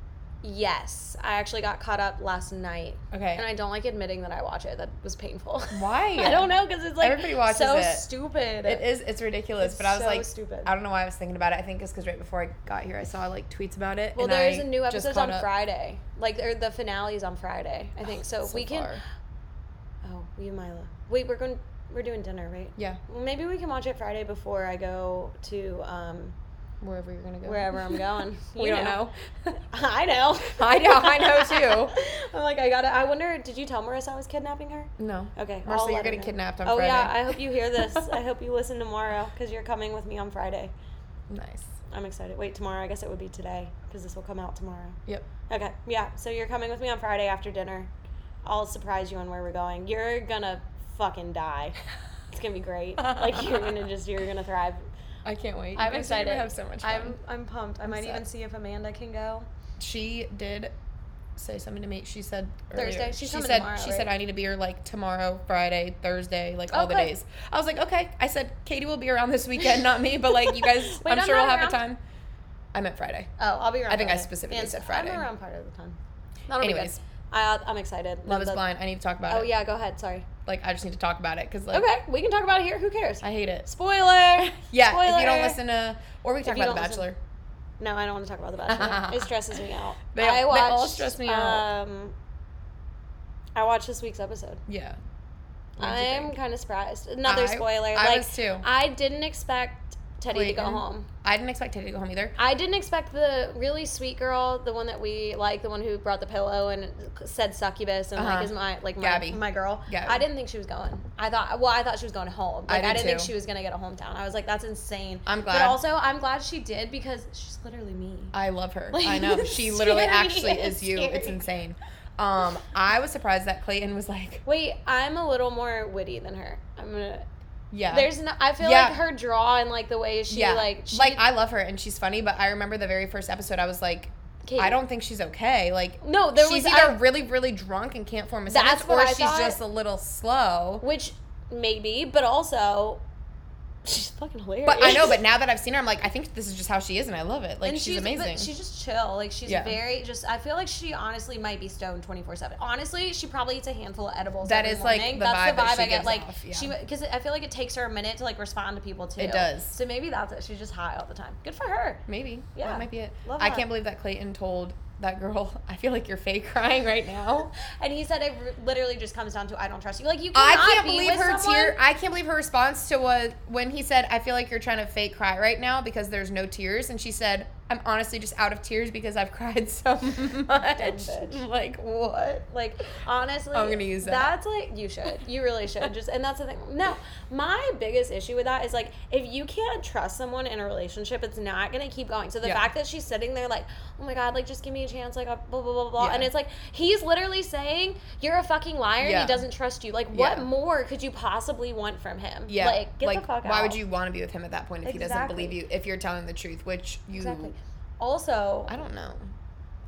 [SPEAKER 1] Yes, I actually got caught up last night, and
[SPEAKER 2] Okay.
[SPEAKER 1] I don't like admitting that I watch it. That was painful.
[SPEAKER 2] Why?
[SPEAKER 1] I don't know because it's like
[SPEAKER 2] Everybody watches
[SPEAKER 1] so
[SPEAKER 2] it.
[SPEAKER 1] stupid.
[SPEAKER 2] It is. It's ridiculous.
[SPEAKER 1] It's
[SPEAKER 2] but I was
[SPEAKER 1] so
[SPEAKER 2] like,
[SPEAKER 1] stupid.
[SPEAKER 2] I don't know why I was thinking about it. I think it's because right before I got here, I saw like tweets about it.
[SPEAKER 1] Well,
[SPEAKER 2] and
[SPEAKER 1] there's
[SPEAKER 2] I
[SPEAKER 1] a new
[SPEAKER 2] just
[SPEAKER 1] episode on
[SPEAKER 2] caught up. Oh,
[SPEAKER 1] Friday. Like, or the finale's on Friday, I think. so,
[SPEAKER 2] So
[SPEAKER 1] we can.
[SPEAKER 2] far.
[SPEAKER 1] Oh, you, Mila. Wait, we're going. We're doing dinner, right?
[SPEAKER 2] Yeah.
[SPEAKER 1] Well, maybe we can watch it Friday before I go to um,
[SPEAKER 2] Wherever you're gonna go.
[SPEAKER 1] wherever I'm going.
[SPEAKER 2] we
[SPEAKER 1] You
[SPEAKER 2] don't know.
[SPEAKER 1] I know.
[SPEAKER 2] I know- I know, too.
[SPEAKER 1] I'm like, I gotta. I wonder. Did you tell Marissa I was kidnapping her?
[SPEAKER 2] no.
[SPEAKER 1] Okay. I'll
[SPEAKER 2] Marcy,
[SPEAKER 1] let
[SPEAKER 2] you're
[SPEAKER 1] her
[SPEAKER 2] getting
[SPEAKER 1] know.
[SPEAKER 2] kidnapped on
[SPEAKER 1] oh
[SPEAKER 2] Friday.
[SPEAKER 1] yeah, I hope you hear this. I hope you listen tomorrow because you're coming with me on Friday.
[SPEAKER 2] Nice.
[SPEAKER 1] I'm excited. Wait, tomorrow? I guess it would be today because this will come out tomorrow.
[SPEAKER 2] Yep.
[SPEAKER 1] Okay, yeah. So you're coming with me on Friday after dinner. I'll surprise you on where we're going. You're gonna fucking die. It's gonna be great. Like you're gonna just you're gonna thrive.
[SPEAKER 2] I can't wait.
[SPEAKER 1] I'm
[SPEAKER 2] Guys are
[SPEAKER 1] excited.
[SPEAKER 2] Gonna have so much fun.
[SPEAKER 1] I'm I'm pumped. I might even
[SPEAKER 2] set.
[SPEAKER 1] see if Amanda can go.
[SPEAKER 2] she did say something to me. She said earlier-
[SPEAKER 1] Thursday? She's
[SPEAKER 2] she
[SPEAKER 1] coming
[SPEAKER 2] said
[SPEAKER 1] tomorrow,
[SPEAKER 2] she
[SPEAKER 1] right? Oh,
[SPEAKER 2] said I need to be here like tomorrow, Friday, Thursday, like all the
[SPEAKER 1] Okay.
[SPEAKER 2] days. I was like, okay. I said Katie will be around this weekend, not me, but like you guys,
[SPEAKER 1] Wait,
[SPEAKER 2] I'm
[SPEAKER 1] I'm
[SPEAKER 2] sure we'll
[SPEAKER 1] not
[SPEAKER 2] have a
[SPEAKER 1] around.
[SPEAKER 2] time. I meant Friday.
[SPEAKER 1] Oh, I'll be around.
[SPEAKER 2] I think I
[SPEAKER 1] Friday.
[SPEAKER 2] specifically
[SPEAKER 1] And
[SPEAKER 2] said
[SPEAKER 1] I'm
[SPEAKER 2] Friday.
[SPEAKER 1] around part of the time. That'll be good.
[SPEAKER 2] Anyways.
[SPEAKER 1] I, I'm excited.
[SPEAKER 2] Love is
[SPEAKER 1] The-
[SPEAKER 2] blind. I need to talk about
[SPEAKER 1] Oh
[SPEAKER 2] it.
[SPEAKER 1] yeah, go ahead. Sorry.
[SPEAKER 2] Like I just need to talk about it because like
[SPEAKER 1] Okay, we can talk about it here. Who cares?
[SPEAKER 2] I hate it.
[SPEAKER 1] Spoiler.
[SPEAKER 2] Yeah, if you don't
[SPEAKER 1] Spoiler.
[SPEAKER 2] listen to, or we can talk
[SPEAKER 1] you
[SPEAKER 2] about The
[SPEAKER 1] don't listen-
[SPEAKER 2] Bachelor.
[SPEAKER 1] No, I don't want to talk about The Bachelor. it stresses me out.
[SPEAKER 2] They-
[SPEAKER 1] I
[SPEAKER 2] they all
[SPEAKER 1] watched,
[SPEAKER 2] stress me out.
[SPEAKER 1] um, I watched this week's episode.
[SPEAKER 2] Yeah. What did you
[SPEAKER 1] I'm
[SPEAKER 2] think?
[SPEAKER 1] kind of surprised. Another
[SPEAKER 2] I-
[SPEAKER 1] spoiler.
[SPEAKER 2] I
[SPEAKER 1] like
[SPEAKER 2] was too.
[SPEAKER 1] I didn't expect Teddy to go
[SPEAKER 2] Clayton.
[SPEAKER 1] home.
[SPEAKER 2] I didn't expect Teddy to go home either.
[SPEAKER 1] I didn't expect the really sweet girl, the one that we like, the one who brought the pillow and said succubus and
[SPEAKER 2] Uh-huh.
[SPEAKER 1] like is my like my,
[SPEAKER 2] Gabby.
[SPEAKER 1] my girl.
[SPEAKER 2] Gabby.
[SPEAKER 1] I didn't think she was going. I thought well, I thought she was going home.
[SPEAKER 2] I
[SPEAKER 1] Like I,
[SPEAKER 2] did
[SPEAKER 1] did not think
[SPEAKER 2] too.
[SPEAKER 1] she was gonna get a hometown. I was like, that's insane.
[SPEAKER 2] I'm
[SPEAKER 1] But
[SPEAKER 2] glad.
[SPEAKER 1] also, I'm glad she did because she's literally me.
[SPEAKER 2] I love her.
[SPEAKER 1] Like,
[SPEAKER 2] I know.
[SPEAKER 1] it's
[SPEAKER 2] She literally
[SPEAKER 1] scary.
[SPEAKER 2] actually
[SPEAKER 1] It's
[SPEAKER 2] is you. It's
[SPEAKER 1] scary.
[SPEAKER 2] insane. Um, I was surprised that Clayton was like,
[SPEAKER 1] Wait, I'm a little more witty than her. I'm gonna.
[SPEAKER 2] yeah.
[SPEAKER 1] There's no. I feel
[SPEAKER 2] Yeah.
[SPEAKER 1] like her draw and like the way she
[SPEAKER 2] yeah.
[SPEAKER 1] like she,
[SPEAKER 2] like I love her and she's funny, but I remember the very first episode I was like,
[SPEAKER 1] Katie.
[SPEAKER 2] I don't think she's okay. Like
[SPEAKER 1] No, there
[SPEAKER 2] she's
[SPEAKER 1] was-
[SPEAKER 2] either
[SPEAKER 1] I-
[SPEAKER 2] really, really drunk and can't form a
[SPEAKER 1] That's
[SPEAKER 2] sentence,
[SPEAKER 1] what
[SPEAKER 2] or
[SPEAKER 1] I
[SPEAKER 2] she's
[SPEAKER 1] thought.
[SPEAKER 2] just a little slow.
[SPEAKER 1] Which maybe, but also, she's fucking hilarious.
[SPEAKER 2] But I know, but now that I've seen her, I'm like, I think this is just how she is, and I love it. Like
[SPEAKER 1] And
[SPEAKER 2] she's,
[SPEAKER 1] but
[SPEAKER 2] amazing.
[SPEAKER 1] She's just chill. Like she's
[SPEAKER 2] Yeah.
[SPEAKER 1] very just. I feel like she honestly might be stoned twenty four seven. Honestly, she probably eats a handful of edibles.
[SPEAKER 2] That
[SPEAKER 1] every
[SPEAKER 2] is, like,
[SPEAKER 1] morning.
[SPEAKER 2] the
[SPEAKER 1] that's
[SPEAKER 2] vibe
[SPEAKER 1] the
[SPEAKER 2] that
[SPEAKER 1] vibe
[SPEAKER 2] she
[SPEAKER 1] I get.
[SPEAKER 2] gives
[SPEAKER 1] Like
[SPEAKER 2] off, yeah.
[SPEAKER 1] she because I feel like it takes her a minute to like respond to people too.
[SPEAKER 2] It does.
[SPEAKER 1] So maybe that's it. She's just high all the time. Good for her.
[SPEAKER 2] Maybe.
[SPEAKER 1] Yeah.
[SPEAKER 2] That might be it.
[SPEAKER 1] Love
[SPEAKER 2] I
[SPEAKER 1] that.
[SPEAKER 2] can't believe that Clayton told that girl, I feel like you're fake crying right now.
[SPEAKER 1] And he said it r- literally just comes down to I don't trust you. Like you.
[SPEAKER 2] I
[SPEAKER 1] Cannot
[SPEAKER 2] can't
[SPEAKER 1] be
[SPEAKER 2] believe
[SPEAKER 1] with
[SPEAKER 2] her
[SPEAKER 1] someone-
[SPEAKER 2] tear. I can't believe her response to what when he said, "I feel like you're trying to fake cry right now because there's no tears," and she said, "I'm honestly just out of tears because I've cried so much."
[SPEAKER 1] bitch.
[SPEAKER 2] Like what?
[SPEAKER 1] Like honestly,
[SPEAKER 2] I'm gonna use that.
[SPEAKER 1] That's like you should. You really should. Just and that's the thing. No, my biggest issue with that is like if you can't trust someone in a relationship, it's not gonna keep going. So the
[SPEAKER 2] Yeah.
[SPEAKER 1] fact that she's sitting there like, oh my god, like just give me a chance, like uh, blah blah blah blah,
[SPEAKER 2] Yeah.
[SPEAKER 1] and it's like he's literally saying you're a fucking liar. and
[SPEAKER 2] Yeah.
[SPEAKER 1] He doesn't trust you. Like what
[SPEAKER 2] Yeah.
[SPEAKER 1] more could you possibly want from him?
[SPEAKER 2] Yeah.
[SPEAKER 1] Like get the fuck out.
[SPEAKER 2] why would you want to be with him at that point if he doesn't
[SPEAKER 1] Exactly.
[SPEAKER 2] believe you? If you're telling the truth, which you,
[SPEAKER 1] Exactly. Also,
[SPEAKER 2] I don't know.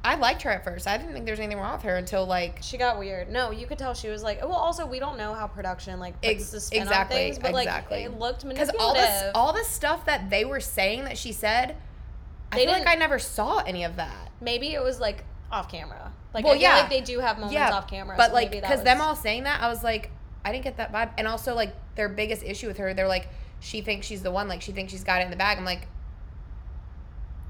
[SPEAKER 2] I liked her at first. I didn't think there was anything wrong with her until like
[SPEAKER 1] She got weird. No, you could tell she was like. Well, also we don't know how production like puts
[SPEAKER 2] Ex-
[SPEAKER 1] the spin
[SPEAKER 2] exactly,
[SPEAKER 1] on things, but like
[SPEAKER 2] exactly.
[SPEAKER 1] it looked
[SPEAKER 2] because
[SPEAKER 1] manipulative.
[SPEAKER 2] all this all the stuff that they were saying that she said, I
[SPEAKER 1] They
[SPEAKER 2] feel like
[SPEAKER 1] didn't-
[SPEAKER 2] I never saw any of that.
[SPEAKER 1] Maybe it was like off camera. Like
[SPEAKER 2] Well,
[SPEAKER 1] I feel
[SPEAKER 2] yeah.
[SPEAKER 1] like they do have moments off camera,
[SPEAKER 2] But
[SPEAKER 1] so
[SPEAKER 2] like,
[SPEAKER 1] maybe that
[SPEAKER 2] because
[SPEAKER 1] was-
[SPEAKER 2] them all saying that, I was like, I didn't get that vibe. And also, like, their biggest issue with her, they're like, she thinks she's the one. Like, she thinks she's got it in the bag. I'm like,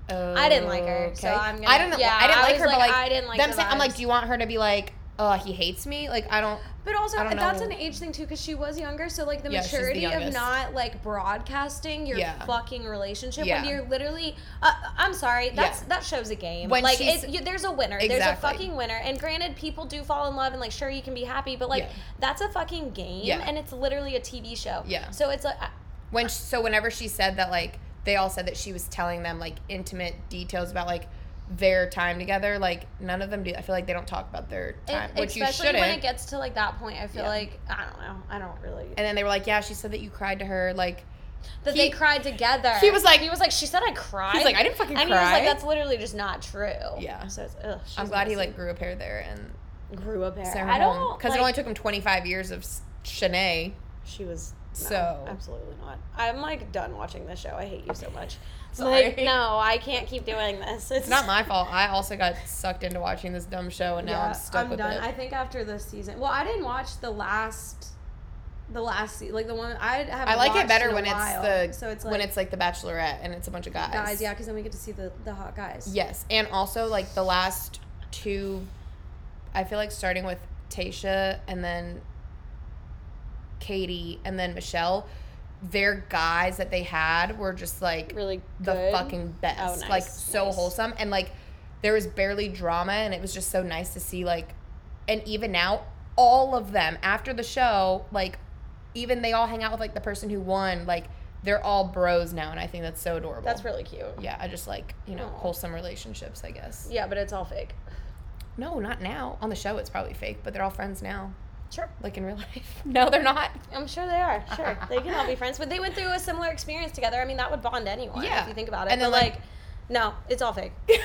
[SPEAKER 1] I didn't like her, so I'm gonna-
[SPEAKER 2] I didn't.
[SPEAKER 1] yeah,
[SPEAKER 2] I didn't
[SPEAKER 1] I
[SPEAKER 2] like
[SPEAKER 1] was
[SPEAKER 2] her, but
[SPEAKER 1] like,
[SPEAKER 2] like,
[SPEAKER 1] I didn't like
[SPEAKER 2] them
[SPEAKER 1] the
[SPEAKER 2] saying, I'm like,
[SPEAKER 1] vibes.
[SPEAKER 2] do you want her to be like, oh, he hates me? Like, I don't.
[SPEAKER 1] But also,
[SPEAKER 2] I don't
[SPEAKER 1] that's
[SPEAKER 2] know.
[SPEAKER 1] an age thing too, because she was younger. So like the
[SPEAKER 2] Yeah, she's the
[SPEAKER 1] maturity of
[SPEAKER 2] youngest.
[SPEAKER 1] not like broadcasting your
[SPEAKER 2] Yeah.
[SPEAKER 1] fucking relationship
[SPEAKER 2] Yeah.
[SPEAKER 1] when you're literally. Uh, I'm sorry, that's that shows a game.
[SPEAKER 2] When
[SPEAKER 1] like
[SPEAKER 2] she's-
[SPEAKER 1] it's, you, there's a winner, there's a
[SPEAKER 2] Exactly.
[SPEAKER 1] fucking winner. And granted, people do fall in love, and like sure you can be happy, but like
[SPEAKER 2] Yeah.
[SPEAKER 1] that's a fucking game,
[SPEAKER 2] Yeah.
[SPEAKER 1] and it's literally a TV show.
[SPEAKER 2] Yeah.
[SPEAKER 1] So it's uh, like. I-
[SPEAKER 2] When she, so, whenever she said that, like, they all said that she was telling them like intimate details about like their time together. Like, none of them do. I feel like they don't talk about their time,
[SPEAKER 1] and
[SPEAKER 2] which you
[SPEAKER 1] Eh, especially
[SPEAKER 2] shouldn't.
[SPEAKER 1] when it gets to like that point, I feel
[SPEAKER 2] Yeah.
[SPEAKER 1] like I don't know. I don't really.
[SPEAKER 2] and then they were like, yeah, she said that you cried to her. Like.
[SPEAKER 1] that
[SPEAKER 2] he-
[SPEAKER 1] they cried together.
[SPEAKER 2] he was like-
[SPEAKER 1] he was like, she said I cried.
[SPEAKER 2] He's like, I didn't fucking
[SPEAKER 1] and he
[SPEAKER 2] cry.
[SPEAKER 1] was like, that's literally just not true.
[SPEAKER 2] Yeah.
[SPEAKER 1] So it's, ugh, she's
[SPEAKER 2] I'm glad he
[SPEAKER 1] messy.
[SPEAKER 2] like grew a pair there and
[SPEAKER 1] grew up hair.
[SPEAKER 2] sent her
[SPEAKER 1] I don't
[SPEAKER 2] because
[SPEAKER 1] like,
[SPEAKER 2] it only took him 25 years of s- Shanae.
[SPEAKER 1] She was no,
[SPEAKER 2] So-
[SPEAKER 1] absolutely not. I'm like done watching this show. I hate you so much.
[SPEAKER 2] Sorry.
[SPEAKER 1] Like no, I can't keep doing this.
[SPEAKER 2] It's not my fault. I also got sucked into watching this dumb show and now I'm stuck with it.
[SPEAKER 1] I think after this season. Well, I didn't watch the last. The last like the one I have.
[SPEAKER 2] I like it better when it's the when it's like the Bachelorette and it's a bunch of guys.
[SPEAKER 1] guys, yeah, because then we get to see the the hot guys.
[SPEAKER 2] Yes, and also like the last two, I feel like starting with Tasha and then Katie and then Michelle, their guys that they had were just like
[SPEAKER 1] Really
[SPEAKER 2] the
[SPEAKER 1] good.
[SPEAKER 2] fucking best.
[SPEAKER 1] Oh, nice,
[SPEAKER 2] Like so
[SPEAKER 1] nice.
[SPEAKER 2] wholesome and like there was barely drama and it was just so nice to see like and even now all of them after the show like even they all hang out with like the person who won like they're all bros now and I think that's so adorable.
[SPEAKER 1] That's really cute.
[SPEAKER 2] yeah, I just like, you know,
[SPEAKER 1] Aw.
[SPEAKER 2] wholesome relationships, I guess.
[SPEAKER 1] Yeah, but it's all fake.
[SPEAKER 2] No, not now. On the show it's probably fake, but they're all friends now.
[SPEAKER 1] Sure.
[SPEAKER 2] like in real life? No, they're not.
[SPEAKER 1] I'm sure they are. Sure. they can all be friends. But they went through a similar experience together. I mean, that would bond anyone
[SPEAKER 2] Yeah.
[SPEAKER 1] if you think about it.
[SPEAKER 2] And then,
[SPEAKER 1] but,
[SPEAKER 2] like-
[SPEAKER 1] like, no, it's all fake.
[SPEAKER 2] okay,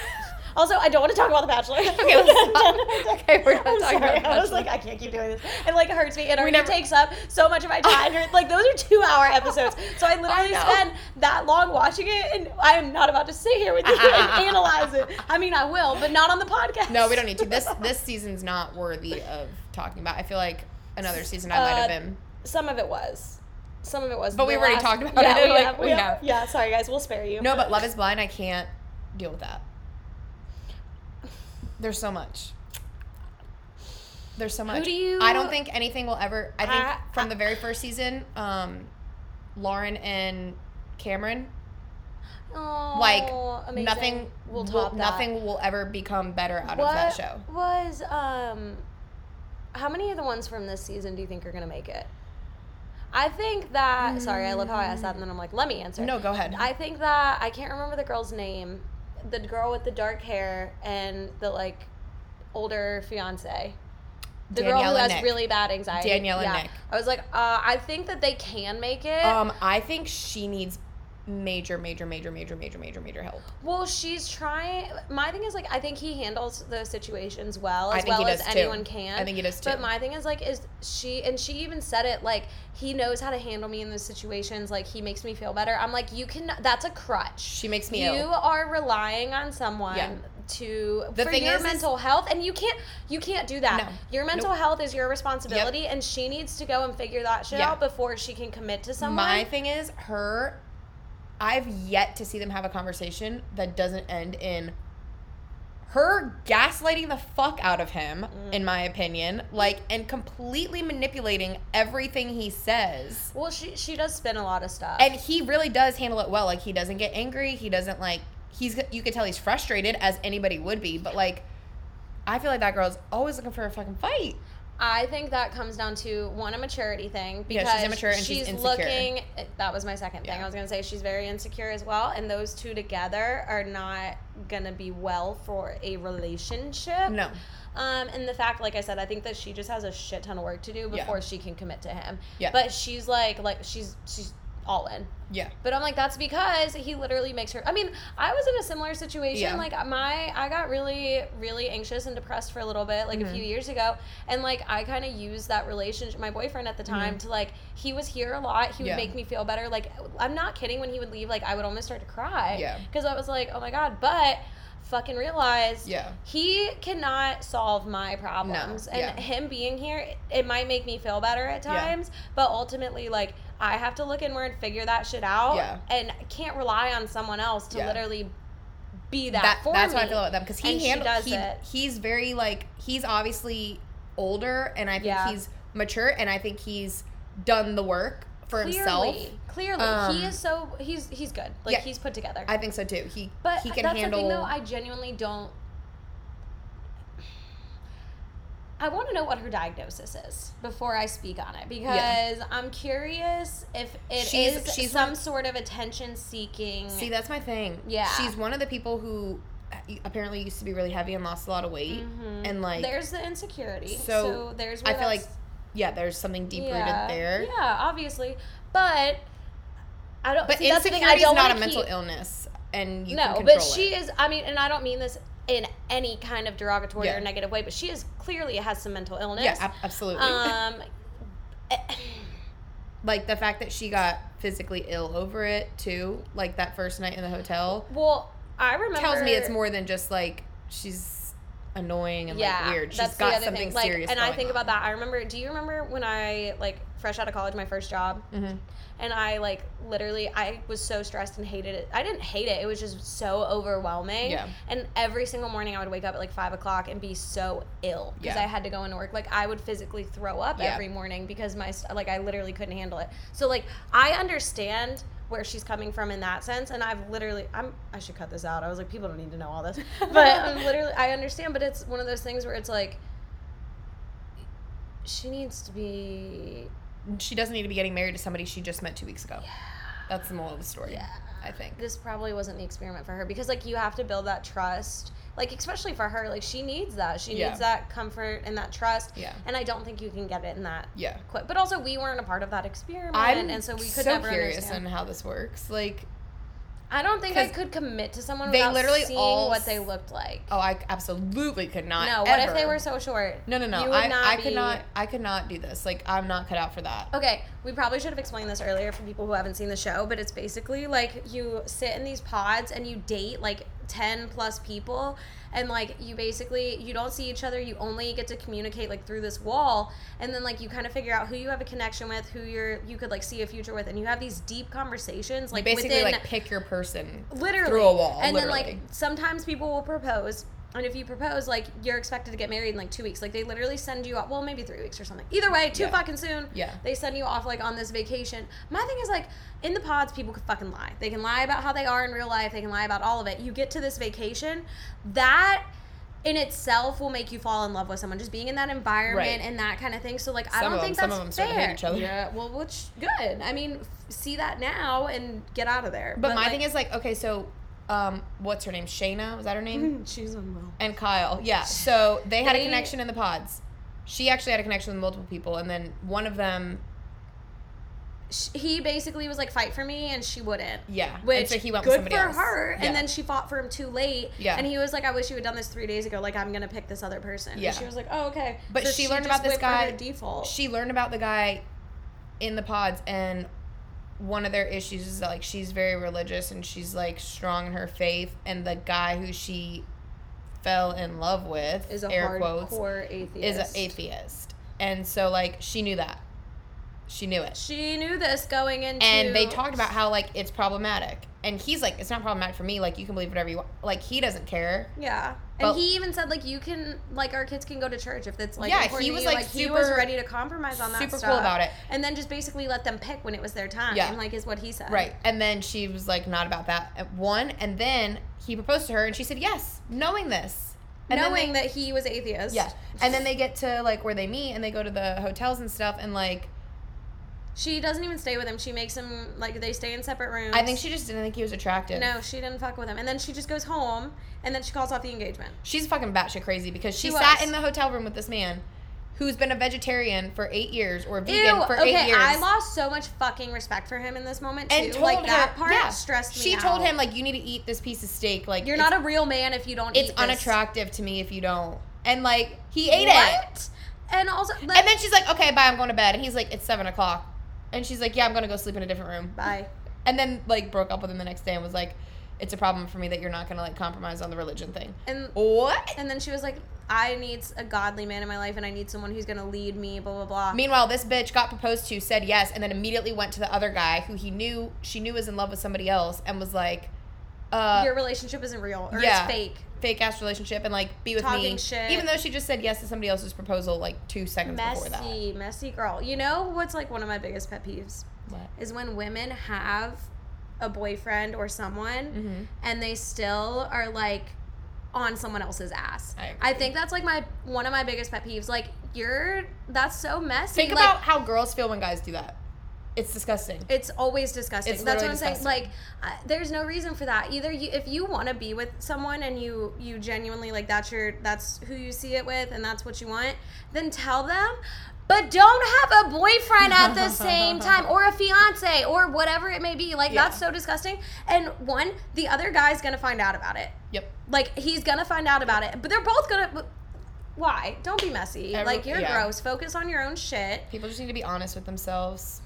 [SPEAKER 1] Also, I don't want to talk about The Bachelor. Okay,
[SPEAKER 2] let's not. Okay, we're not
[SPEAKER 1] I'm
[SPEAKER 2] talking
[SPEAKER 1] sorry.
[SPEAKER 2] about The
[SPEAKER 1] I was
[SPEAKER 2] Bachelor.
[SPEAKER 1] like, I can't keep doing this. It like hurts me. It already
[SPEAKER 2] never-
[SPEAKER 1] takes up so much of my time. You're- like those are two-hour episodes, so I literally
[SPEAKER 2] know.
[SPEAKER 1] spend that long watching it, and I am not about to sit here with you and analyze it. I mean, I will, but not on the podcast.
[SPEAKER 2] No, we don't need to. This this season's not worthy of talking about. I feel like another season I might have
[SPEAKER 1] Uh,
[SPEAKER 2] been.
[SPEAKER 1] Some of it was. Some of it was.
[SPEAKER 2] But we
[SPEAKER 1] The
[SPEAKER 2] already
[SPEAKER 1] last-
[SPEAKER 2] talked about
[SPEAKER 1] yeah,
[SPEAKER 2] it,
[SPEAKER 1] We
[SPEAKER 2] like,
[SPEAKER 1] have,
[SPEAKER 2] we have.
[SPEAKER 1] Yeah, sorry guys, we'll spare you.
[SPEAKER 2] No, but Love is Blind, I can't deal with that. There's so much. There's so much.
[SPEAKER 1] do you-
[SPEAKER 2] I don't think anything will ever. I think
[SPEAKER 1] I-
[SPEAKER 2] from the very first season, um, Lauren and Cameron,
[SPEAKER 1] Oh,
[SPEAKER 2] like
[SPEAKER 1] amazing.
[SPEAKER 2] nothing
[SPEAKER 1] We'll
[SPEAKER 2] will
[SPEAKER 1] top that.
[SPEAKER 2] nothing will ever become better out of that show.
[SPEAKER 1] Was um, how many of the ones from this season do you think are gonna make it? I think that. Sorry, I love how I asked that, and then I'm like, let me answer.
[SPEAKER 2] No, go ahead.
[SPEAKER 1] I think that I can't remember the girl's name. The girl with the dark hair and the like older fiance. The girl
[SPEAKER 2] Danielle
[SPEAKER 1] who
[SPEAKER 2] and
[SPEAKER 1] has
[SPEAKER 2] Nick.
[SPEAKER 1] really bad anxiety.
[SPEAKER 2] Danielle and
[SPEAKER 1] yeah.
[SPEAKER 2] Nick.
[SPEAKER 1] I was like, uh, I think that they can make it.
[SPEAKER 2] um, I think she needs major, major, major, major, major, major, major help.
[SPEAKER 1] Well, she's trying. My thing is like I think he handles those situations well
[SPEAKER 2] I
[SPEAKER 1] as
[SPEAKER 2] think he
[SPEAKER 1] well as
[SPEAKER 2] does, too.
[SPEAKER 1] anyone can.
[SPEAKER 2] I think he does, too.
[SPEAKER 1] But my thing is like is she and she even said it like he knows how to handle me in those situations. Like he makes me feel better. I'm like you can. That's a crutch.
[SPEAKER 2] She makes me
[SPEAKER 1] you
[SPEAKER 2] ill.
[SPEAKER 1] are relying on someone.
[SPEAKER 2] Yeah.
[SPEAKER 1] To
[SPEAKER 2] The
[SPEAKER 1] for
[SPEAKER 2] thing
[SPEAKER 1] your
[SPEAKER 2] is- is-
[SPEAKER 1] mental health, and you can't you can't do that.
[SPEAKER 2] No.
[SPEAKER 1] Your mental
[SPEAKER 2] Nope.
[SPEAKER 1] health is your responsibility, and she needs to go and figure that shit
[SPEAKER 2] Yeah.
[SPEAKER 1] out before she can commit to someone.
[SPEAKER 2] My thing is her. I've yet to see them have a conversation that doesn't end in her gaslighting the fuck out of him,
[SPEAKER 1] Mm.
[SPEAKER 2] in my opinion, like and completely manipulating everything he says.
[SPEAKER 1] well, she she does spin a lot of stuff.
[SPEAKER 2] And he really does handle it well. Like he doesn't get angry. He doesn't like he's you could tell he's frustrated as anybody would be, but like I feel like that girl's always looking for a fucking fight.
[SPEAKER 1] I think that comes down to one a maturity thing
[SPEAKER 2] Yeah,
[SPEAKER 1] because
[SPEAKER 2] she's immature and she's insecure.
[SPEAKER 1] looking. That was my second thing.
[SPEAKER 2] Yeah.
[SPEAKER 1] I was gonna say she's very insecure as well, and those two together are not gonna be well for a relationship.
[SPEAKER 2] No.
[SPEAKER 1] Um, and the fact, like I said, I think that she just has a shit ton of work to do
[SPEAKER 2] Yeah.
[SPEAKER 1] before she can commit to him.
[SPEAKER 2] Yeah.
[SPEAKER 1] But she's like, like she's she's all in.
[SPEAKER 2] Yeah.
[SPEAKER 1] But I'm like, that's because he literally makes her. I mean, I was in a similar situation.
[SPEAKER 2] Yeah.
[SPEAKER 1] Like my, I got really, really anxious and depressed for a little bit, like a
[SPEAKER 2] Mm-hmm.
[SPEAKER 1] few years ago. And like I kind of used that relationship, my boyfriend at the time, to like he was here a lot. He would
[SPEAKER 2] Mm-hmm. Yeah.
[SPEAKER 1] make me feel better. Like I'm not kidding. When he would leave, like I would almost start to cry.
[SPEAKER 2] Yeah.
[SPEAKER 1] Because I was like, oh my god. But fucking realized.
[SPEAKER 2] Yeah.
[SPEAKER 1] He cannot solve my problems, and
[SPEAKER 2] yeah.
[SPEAKER 1] him being here, it might make me feel better at
[SPEAKER 2] Yeah.
[SPEAKER 1] times, but ultimately, like I have to look inward, figure that shit out,
[SPEAKER 2] Yeah.
[SPEAKER 1] and I can't rely on someone else to
[SPEAKER 2] Yeah.
[SPEAKER 1] literally be that,
[SPEAKER 2] That-
[SPEAKER 1] for
[SPEAKER 2] that's
[SPEAKER 1] me.
[SPEAKER 2] how I feel about them because he
[SPEAKER 1] And she
[SPEAKER 2] handles
[SPEAKER 1] does
[SPEAKER 2] he,
[SPEAKER 1] it.
[SPEAKER 2] he's very like he's obviously older and I think
[SPEAKER 1] Yeah.
[SPEAKER 2] he's mature and I think he's done the work for
[SPEAKER 1] Clearly,
[SPEAKER 2] himself.
[SPEAKER 1] clearly,
[SPEAKER 2] Um,
[SPEAKER 1] he is so he's he's good. Like
[SPEAKER 2] Yeah.
[SPEAKER 1] he's put together.
[SPEAKER 2] I think so too. He
[SPEAKER 1] but
[SPEAKER 2] he can
[SPEAKER 1] that's
[SPEAKER 2] handle
[SPEAKER 1] the thing, though. I genuinely don't. I want to know what her diagnosis is before I speak on it because I'm curious if it is
[SPEAKER 2] She's- she's
[SPEAKER 1] some
[SPEAKER 2] like-
[SPEAKER 1] sort of attention seeking.
[SPEAKER 2] See, that's my thing.
[SPEAKER 1] Yeah.
[SPEAKER 2] She's one of the people who uh, apparently used to be really heavy and lost a lot of weight. And like,
[SPEAKER 1] Mm-hmm. there's the insecurity.
[SPEAKER 2] So,
[SPEAKER 1] So, there's.
[SPEAKER 2] I
[SPEAKER 1] Where
[SPEAKER 2] feel like,
[SPEAKER 1] that's-
[SPEAKER 2] yeah, there's something deep rooted
[SPEAKER 1] yeah,
[SPEAKER 2] there.
[SPEAKER 1] Yeah, obviously, but I don't.
[SPEAKER 2] But
[SPEAKER 1] see, that's the thing.
[SPEAKER 2] insecurity
[SPEAKER 1] I don't
[SPEAKER 2] is not a
[SPEAKER 1] wanna
[SPEAKER 2] mental
[SPEAKER 1] keep-
[SPEAKER 2] illness, and you can
[SPEAKER 1] No,
[SPEAKER 2] control
[SPEAKER 1] but she
[SPEAKER 2] it.
[SPEAKER 1] is. I mean, and I don't mean this in any kind of derogatory
[SPEAKER 2] Yeah.
[SPEAKER 1] or negative way, but she is clearly has some mental illness.
[SPEAKER 2] yeah, ab- absolutely.
[SPEAKER 1] Um. eh,
[SPEAKER 2] like the fact that she got physically ill over it too, like that first night in the hotel,
[SPEAKER 1] Well, I remember
[SPEAKER 2] tells me it's more than just like she's annoying and like weird. She's
[SPEAKER 1] that's the
[SPEAKER 2] got
[SPEAKER 1] other
[SPEAKER 2] something
[SPEAKER 1] thing. Like,
[SPEAKER 2] serious.
[SPEAKER 1] And I
[SPEAKER 2] going
[SPEAKER 1] think
[SPEAKER 2] on.
[SPEAKER 1] about that. I remember. Do you remember when I like fresh out of college, my first job,
[SPEAKER 2] Mhm.
[SPEAKER 1] and I like literally I was so stressed and hated it. I didn't hate it. It was just so overwhelming.
[SPEAKER 2] Yeah.
[SPEAKER 1] And every single morning I would wake up at like five o'clock and be so ill because
[SPEAKER 2] Yeah.
[SPEAKER 1] I had to go into work. Like I would physically throw up
[SPEAKER 2] Yeah.
[SPEAKER 1] every morning because my st- like I literally couldn't handle it. So like I understand where she's coming from in that sense and I've literally I'm I should cut this out. I was like people don't need to know all this. But I'm literally I understand but it's one of those things where it's like she needs to be
[SPEAKER 2] She doesn't need to be getting married to somebody she just met two weeks ago. That's the moral of the story. I think.
[SPEAKER 1] this probably wasn't the experiment for her because like you have to build that trust like especially for her, like she needs that. She
[SPEAKER 2] Yeah.
[SPEAKER 1] needs that comfort and that trust.
[SPEAKER 2] Yeah.
[SPEAKER 1] And I don't think you can get it in that
[SPEAKER 2] Yeah.
[SPEAKER 1] quick. But also, we weren't a part of that experiment,
[SPEAKER 2] I'm
[SPEAKER 1] and so we could
[SPEAKER 2] so
[SPEAKER 1] never
[SPEAKER 2] curious
[SPEAKER 1] understand.
[SPEAKER 2] on how this works. Like,
[SPEAKER 1] I don't think I
[SPEAKER 2] 'cause
[SPEAKER 1] could commit to someone
[SPEAKER 2] they
[SPEAKER 1] without
[SPEAKER 2] literally
[SPEAKER 1] seeing
[SPEAKER 2] all
[SPEAKER 1] what
[SPEAKER 2] s-
[SPEAKER 1] they looked like.
[SPEAKER 2] oh, I absolutely could not.
[SPEAKER 1] no, what if
[SPEAKER 2] ever.
[SPEAKER 1] they were so short?
[SPEAKER 2] No, no, no.
[SPEAKER 1] You would
[SPEAKER 2] I,
[SPEAKER 1] not
[SPEAKER 2] I
[SPEAKER 1] be-
[SPEAKER 2] could not. I could not do this. Like, I'm not cut out for that.
[SPEAKER 1] Okay, we probably should have explained this earlier for people who haven't seen the show, but it's basically like you sit in these pods and you date like 10 plus people and like you basically you don't see each other, you only get to communicate like through this wall and then like you kind of figure out who you have a connection with, who you're you could like see a future with and you have these deep conversations
[SPEAKER 2] Like,
[SPEAKER 1] like
[SPEAKER 2] basically,
[SPEAKER 1] within
[SPEAKER 2] like pick your person.
[SPEAKER 1] literally
[SPEAKER 2] through a wall,
[SPEAKER 1] And then
[SPEAKER 2] literally.
[SPEAKER 1] like sometimes people will propose. And if you propose, like you're expected to get married in like two weeks. Like they literally send you out, well, maybe three weeks or something. Either way, too
[SPEAKER 2] Yeah.
[SPEAKER 1] fucking soon.
[SPEAKER 2] Yeah.
[SPEAKER 1] They send you off like on this vacation. My thing is like in the pods, people could fucking lie. They can lie about how they are in real life. They can lie about all of it. You get to this vacation, that in itself will make you fall in love with someone. Just being in that environment
[SPEAKER 2] Right.
[SPEAKER 1] and that kind of thing. So like I
[SPEAKER 2] Some
[SPEAKER 1] don't
[SPEAKER 2] of
[SPEAKER 1] think
[SPEAKER 2] them- some
[SPEAKER 1] that's
[SPEAKER 2] of them
[SPEAKER 1] fair.
[SPEAKER 2] start to hate each other.
[SPEAKER 1] Yeah. Well, which good. I mean, f- see that now and get out of there.
[SPEAKER 2] But, my thing is like, okay, so, um, what's her name? Shayna was that her name?
[SPEAKER 1] she's unwell.
[SPEAKER 2] and Kyle. Yeah. So they had
[SPEAKER 1] Mm-hmm. They-
[SPEAKER 2] a connection in the pods. She actually had a connection with multiple people, and then one of them,
[SPEAKER 1] sh- he basically was like fight for me and she wouldn't
[SPEAKER 2] yeah, And
[SPEAKER 1] which
[SPEAKER 2] so he went
[SPEAKER 1] good
[SPEAKER 2] with somebody
[SPEAKER 1] for
[SPEAKER 2] else.
[SPEAKER 1] her
[SPEAKER 2] Yeah.
[SPEAKER 1] and then she fought for him too late
[SPEAKER 2] Yeah.
[SPEAKER 1] and he was like i wish you had done this three days ago like i'm gonna pick this other person
[SPEAKER 2] Yeah.
[SPEAKER 1] and she was like oh okay
[SPEAKER 2] But
[SPEAKER 1] So
[SPEAKER 2] she learned
[SPEAKER 1] just
[SPEAKER 2] about this
[SPEAKER 1] went for her
[SPEAKER 2] guy-
[SPEAKER 1] default
[SPEAKER 2] she learned about the guy in the pods and one of their issues is that like she's very religious and she's like strong in her faith and the guy who she fell in love with
[SPEAKER 1] is a
[SPEAKER 2] air
[SPEAKER 1] hardcore
[SPEAKER 2] quotes
[SPEAKER 1] atheist
[SPEAKER 2] is an atheist and so like she knew that she knew it
[SPEAKER 1] she knew this going into
[SPEAKER 2] and they talked about how like it's problematic and he's like it's not problematic for me like you can believe whatever you want like he doesn't care
[SPEAKER 1] yeah
[SPEAKER 2] But-
[SPEAKER 1] and he even said like you can like our kids can go to church if it's like
[SPEAKER 2] Yeah,
[SPEAKER 1] important
[SPEAKER 2] he
[SPEAKER 1] to
[SPEAKER 2] was,
[SPEAKER 1] you.
[SPEAKER 2] like,
[SPEAKER 1] he was
[SPEAKER 2] super-
[SPEAKER 1] ready to compromise on that
[SPEAKER 2] super cool
[SPEAKER 1] stuff.
[SPEAKER 2] about it.
[SPEAKER 1] and then just basically let them pick when it was their time
[SPEAKER 2] Yeah.
[SPEAKER 1] like is what he said
[SPEAKER 2] Right. And then she was like, not about that. At One. And then he proposed to her and she said yes, knowing this. And then
[SPEAKER 1] knowing
[SPEAKER 2] they-
[SPEAKER 1] that he was atheist
[SPEAKER 2] Yeah. And then they get to like where they meet and they go to the hotels and stuff. And like,
[SPEAKER 1] She doesn't even stay with him. She makes him like they stay in separate rooms.
[SPEAKER 2] I think she just didn't think he was attractive.
[SPEAKER 1] No, she didn't fuck with him. And then she just goes home and then she calls off the engagement.
[SPEAKER 2] She's fucking batshit crazy because she,
[SPEAKER 1] She
[SPEAKER 2] sat
[SPEAKER 1] was.
[SPEAKER 2] in the hotel room with this man who's been a vegetarian for eight years or
[SPEAKER 1] Ew.
[SPEAKER 2] vegan for eight
[SPEAKER 1] Okay,
[SPEAKER 2] years.
[SPEAKER 1] I lost so much fucking respect for him in this moment too.
[SPEAKER 2] and told
[SPEAKER 1] like
[SPEAKER 2] her,
[SPEAKER 1] that part
[SPEAKER 2] yeah,
[SPEAKER 1] stressed me
[SPEAKER 2] She
[SPEAKER 1] out.
[SPEAKER 2] told him like you need to eat this piece of steak. Like
[SPEAKER 1] You're
[SPEAKER 2] it's-
[SPEAKER 1] not a real man if you don't
[SPEAKER 2] It's
[SPEAKER 1] eat this.
[SPEAKER 2] unattractive to me if you don't. And like he ate it.
[SPEAKER 1] What? And also like,
[SPEAKER 2] And then she's like, okay, bye, I'm going to bed. And he's like, it's seven o'clock. And she's like, yeah, I'm going to go sleep in a different room.
[SPEAKER 1] Bye.
[SPEAKER 2] And then, like, broke up with him the next day and was like, it's a problem for me that you're not going to, like, compromise on the religion thing.
[SPEAKER 1] And
[SPEAKER 2] What?
[SPEAKER 1] and then she was like, I need a godly man in my life and I need someone who's gonna lead me, blah blah blah.
[SPEAKER 2] Meanwhile, this bitch got proposed to, said yes, and then immediately went to the other guy who he knew, she knew was in love with somebody else and was like, uh,
[SPEAKER 1] Your relationship isn't real or
[SPEAKER 2] Yeah.
[SPEAKER 1] it's fake.
[SPEAKER 2] fake ass relationship and, like, be with me.
[SPEAKER 1] Talking shit.
[SPEAKER 2] Even though she just said yes to somebody else's proposal, like, two seconds before that.
[SPEAKER 1] Messy, messy girl. You know what's like one of my biggest pet peeves?
[SPEAKER 2] What?
[SPEAKER 1] is when women have a boyfriend or someone
[SPEAKER 2] Mhm.
[SPEAKER 1] and they still are like on someone else's ass.
[SPEAKER 2] I agree.
[SPEAKER 1] think that's like my one of my biggest pet peeves. Like you're that's so messy.
[SPEAKER 2] Think
[SPEAKER 1] like,
[SPEAKER 2] about how girls feel when guys do that. It's disgusting.
[SPEAKER 1] it's always disgusting.
[SPEAKER 2] It's
[SPEAKER 1] That's what I'm
[SPEAKER 2] literally
[SPEAKER 1] saying.
[SPEAKER 2] disgusting.
[SPEAKER 1] Like, I, there's no reason for that. Either you, if you want to be with someone and you you genuinely like that's your that's who you see it with and that's what you want, then tell them. But don't have a boyfriend at the same time or a fiance or whatever it may be. Like
[SPEAKER 2] Yeah.
[SPEAKER 1] that's so disgusting. And one, the other guy's gonna find out about it.
[SPEAKER 2] Yep.
[SPEAKER 1] Like he's gonna find out about it. But they're both gonna. Why? Don't be messy.
[SPEAKER 2] Every-
[SPEAKER 1] like you're
[SPEAKER 2] yeah.
[SPEAKER 1] gross. Focus on your own shit.
[SPEAKER 2] People just need to be honest with themselves,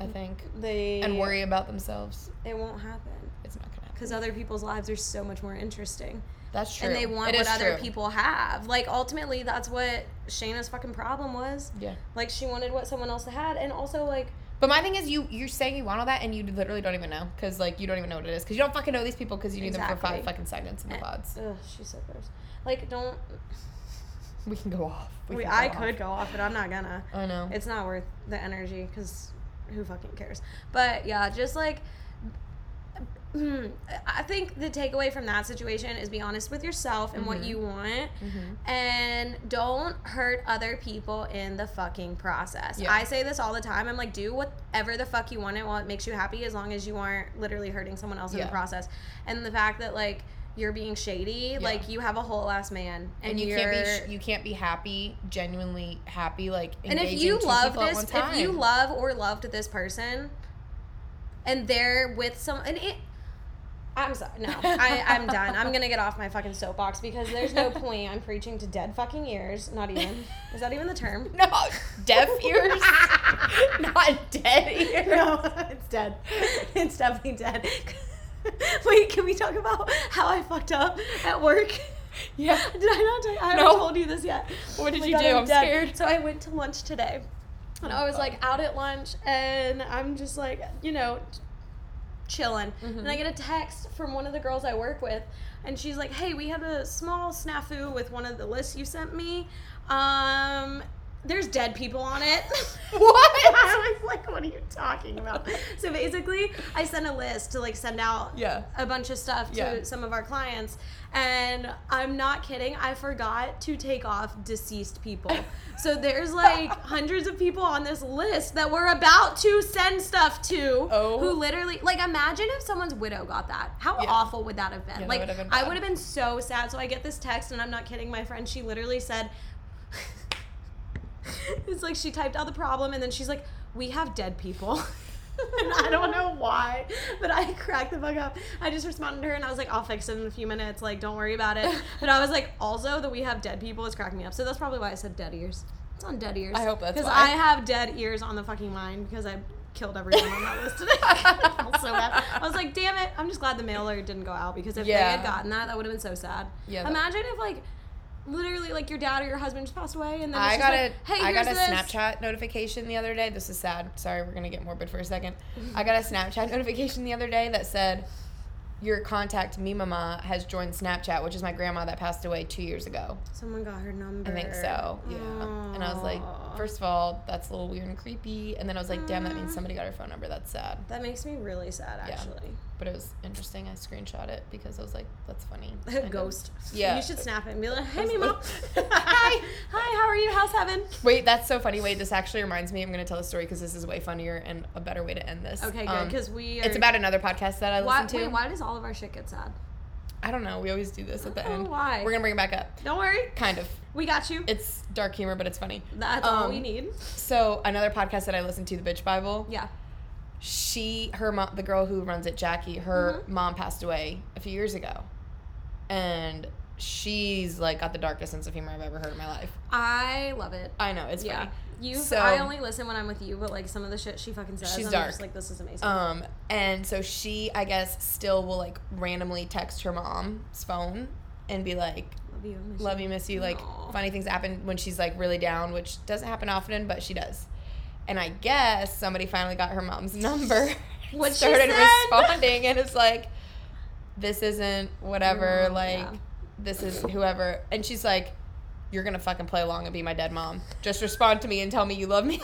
[SPEAKER 1] Mm,
[SPEAKER 2] I think,
[SPEAKER 1] They
[SPEAKER 2] and worry about themselves.
[SPEAKER 1] It won't happen.
[SPEAKER 2] It's not gonna happen.
[SPEAKER 1] because other people's lives are so much more interesting
[SPEAKER 2] That's true.
[SPEAKER 1] and they want
[SPEAKER 2] It
[SPEAKER 1] what
[SPEAKER 2] is
[SPEAKER 1] other
[SPEAKER 2] true.
[SPEAKER 1] people have like ultimately that's what shayna's fucking problem was
[SPEAKER 2] Yeah.
[SPEAKER 1] like she wanted what someone else had and also like
[SPEAKER 2] But my thing is, you you're saying you want all that, and you literally don't even know, because like you don't even know what it is, because you don't fucking know these people, because you knew them for five
[SPEAKER 1] Exactly.
[SPEAKER 2] fucking seconds in the
[SPEAKER 1] Eh.
[SPEAKER 2] pods.
[SPEAKER 1] ugh she's so gross like don't
[SPEAKER 2] We can go off.
[SPEAKER 1] we,
[SPEAKER 2] can go
[SPEAKER 1] i
[SPEAKER 2] off.
[SPEAKER 1] could go off but i'm not gonna
[SPEAKER 2] I know.
[SPEAKER 1] it's not worth the energy because who fucking cares but yeah just like mm, i think the takeaway from that situation is be honest with yourself and
[SPEAKER 2] Mm-hmm.
[SPEAKER 1] what you want
[SPEAKER 2] Mhm.
[SPEAKER 1] and don't hurt other people in the fucking process
[SPEAKER 2] Yeah.
[SPEAKER 1] i say this all the time i'm like do whatever the fuck you want and while it makes you happy as long as you aren't literally hurting someone else in
[SPEAKER 2] Yeah.
[SPEAKER 1] the process and the fact that like you're being shady. Like you have a whole ass man, and,
[SPEAKER 2] and you
[SPEAKER 1] you're,
[SPEAKER 2] can't be sh- you can't be happy, genuinely happy, like
[SPEAKER 1] and if
[SPEAKER 2] engaging
[SPEAKER 1] you
[SPEAKER 2] two
[SPEAKER 1] love
[SPEAKER 2] people at
[SPEAKER 1] this,
[SPEAKER 2] one time.
[SPEAKER 1] if you love or loved this person, and they're with some, and it, I'm sorry, no, I, I'm done. I'm gonna get off my fucking soapbox because there's no point. I'm preaching to dead fucking ears. Not even is that even the term?
[SPEAKER 2] no deaf ears, not dead ears.
[SPEAKER 1] no, it's dead. It's definitely dead. Wait, can we talk about how I fucked up at work?
[SPEAKER 2] Yeah.
[SPEAKER 1] Did I not tell you? I haven't
[SPEAKER 2] No.
[SPEAKER 1] told you this yet.
[SPEAKER 2] What did
[SPEAKER 1] my
[SPEAKER 2] you
[SPEAKER 1] God,
[SPEAKER 2] do? I'm
[SPEAKER 1] dead.
[SPEAKER 2] scared.
[SPEAKER 1] So I went to lunch today. And I was
[SPEAKER 2] God.
[SPEAKER 1] like out at lunch and I'm just like, you know, chilling.
[SPEAKER 2] Mm-hmm.
[SPEAKER 1] And I get a text from one of the girls I work with and she's like, "Hey, we had a small snafu with one of the lists you sent me. Um there's dead people on it."
[SPEAKER 2] What?
[SPEAKER 1] I was like, what are you talking about? So basically, I sent a list to like send out
[SPEAKER 2] Yeah.
[SPEAKER 1] a bunch of stuff to
[SPEAKER 2] Yeah.
[SPEAKER 1] some of our clients. And I'm not kidding, I forgot to take off deceased people. So there's like hundreds of people on this list that we're about to send stuff to
[SPEAKER 2] Oh.
[SPEAKER 1] who literally like imagine if someone's widow got that. How
[SPEAKER 2] Yeah.
[SPEAKER 1] awful would that have been?
[SPEAKER 2] Yeah, that
[SPEAKER 1] like
[SPEAKER 2] would've been
[SPEAKER 1] I
[SPEAKER 2] bad.
[SPEAKER 1] would have been so sad. So I get this text and I'm not kidding, my friend, she literally said it's like she typed out the problem and then she's like, "We have dead people." and I don't know why, but I cracked the fuck up. I just responded to her and I was like, "I'll fix it in a few minutes. Like, don't worry about it." But I was like, "Also, that we have dead people is cracking me up." So that's probably why I said dead ears. It's on dead ears.
[SPEAKER 2] I hope that's
[SPEAKER 1] because
[SPEAKER 2] why.
[SPEAKER 1] I have dead ears on the fucking mind because I killed everyone on that list today. I felt so bad. I was like, "Damn it!" I'm just glad the mailer didn't go out because if they
[SPEAKER 2] Yeah.
[SPEAKER 1] had gotten that, that would have been so sad.
[SPEAKER 2] Yeah, that-
[SPEAKER 1] Imagine if like. Literally, like your dad or your husband just passed away, and then
[SPEAKER 2] I
[SPEAKER 1] it's just
[SPEAKER 2] got
[SPEAKER 1] like,
[SPEAKER 2] a
[SPEAKER 1] hey,
[SPEAKER 2] I
[SPEAKER 1] here's
[SPEAKER 2] got a
[SPEAKER 1] this.
[SPEAKER 2] Snapchat notification the other day. This is sad. Sorry, we're gonna get morbid for a second. I got a Snapchat notification the other day that said, "Your contact me mama has joined Snapchat," which is my grandma that passed away two years ago.
[SPEAKER 1] Someone got her number.
[SPEAKER 2] I think so. Yeah. And I was like,
[SPEAKER 1] Aw.
[SPEAKER 2] first of all, that's a little weird and creepy. And then I was like, damn, that means somebody got her phone number. That's sad.
[SPEAKER 1] that makes me really sad,
[SPEAKER 2] Yeah.
[SPEAKER 1] actually.
[SPEAKER 2] But it was interesting. I screenshot it because I was like, that's funny.
[SPEAKER 1] A
[SPEAKER 2] kind of.
[SPEAKER 1] Ghost.
[SPEAKER 2] Yeah.
[SPEAKER 1] You should snap it and be like, hey,
[SPEAKER 2] was
[SPEAKER 1] me mom.
[SPEAKER 2] like-
[SPEAKER 1] Hi. Hi, how are you? How's heaven?
[SPEAKER 2] Wait, that's so funny. Wait, this actually reminds me. I'm going to tell a story because this is way funnier and a better way to end this.
[SPEAKER 1] Okay, good.
[SPEAKER 2] Um,
[SPEAKER 1] Because we are.
[SPEAKER 2] it's about another podcast that I listen
[SPEAKER 1] Why,
[SPEAKER 2] to.
[SPEAKER 1] wait, why does all of our shit get sad?
[SPEAKER 2] I don't know. We always do this at the
[SPEAKER 1] I don't
[SPEAKER 2] end.
[SPEAKER 1] know why.
[SPEAKER 2] We're going to bring it back up.
[SPEAKER 1] Don't worry.
[SPEAKER 2] Kind of.
[SPEAKER 1] We got you.
[SPEAKER 2] It's dark humor, but it's funny.
[SPEAKER 1] That's all
[SPEAKER 2] um,
[SPEAKER 1] we need.
[SPEAKER 2] So, another podcast that I listen to, The Bitch Bible.
[SPEAKER 1] Yeah.
[SPEAKER 2] she her mom the girl who runs it jackie her
[SPEAKER 1] Mhm.
[SPEAKER 2] mom passed away a few years ago and she's like got the darkest sense of humor i've ever heard in my life
[SPEAKER 1] I love it.
[SPEAKER 2] i know it's
[SPEAKER 1] yeah.
[SPEAKER 2] funny
[SPEAKER 1] You.
[SPEAKER 2] So-
[SPEAKER 1] I only listen when I'm with you, but like some of the shit she fucking says,
[SPEAKER 2] She's
[SPEAKER 1] I'm
[SPEAKER 2] dark.
[SPEAKER 1] just like, this is amazing.
[SPEAKER 2] um and so she i guess still will like randomly text her mom's phone and be like
[SPEAKER 1] love you. I miss
[SPEAKER 2] love you miss you like
[SPEAKER 1] Aw.
[SPEAKER 2] funny things happen when she's like really down which doesn't happen often but she does and i guess somebody finally got her mom's number
[SPEAKER 1] What she
[SPEAKER 2] started
[SPEAKER 1] said.
[SPEAKER 2] responding and it's like this isn't whatever
[SPEAKER 1] Your mom,
[SPEAKER 2] like
[SPEAKER 1] yeah.
[SPEAKER 2] this is whoever and she's like you're gonna fucking play along and be my dead mom just respond to me and tell me you love me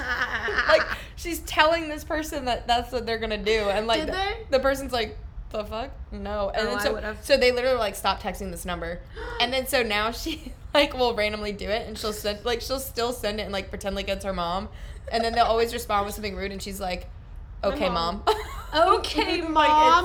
[SPEAKER 2] like she's telling this person that that's what they're gonna do and like
[SPEAKER 1] Did
[SPEAKER 2] the,
[SPEAKER 1] they?
[SPEAKER 2] the person's like the fuck no and
[SPEAKER 1] Oh, I
[SPEAKER 2] then so,
[SPEAKER 1] would've.
[SPEAKER 2] so they literally like stop texting this number and then so now she like will randomly do it and she'll send like she'll still send it and like pretend like it's her mom and then they'll always respond with something rude and she's like okay mom,
[SPEAKER 1] mom." Okay, mom.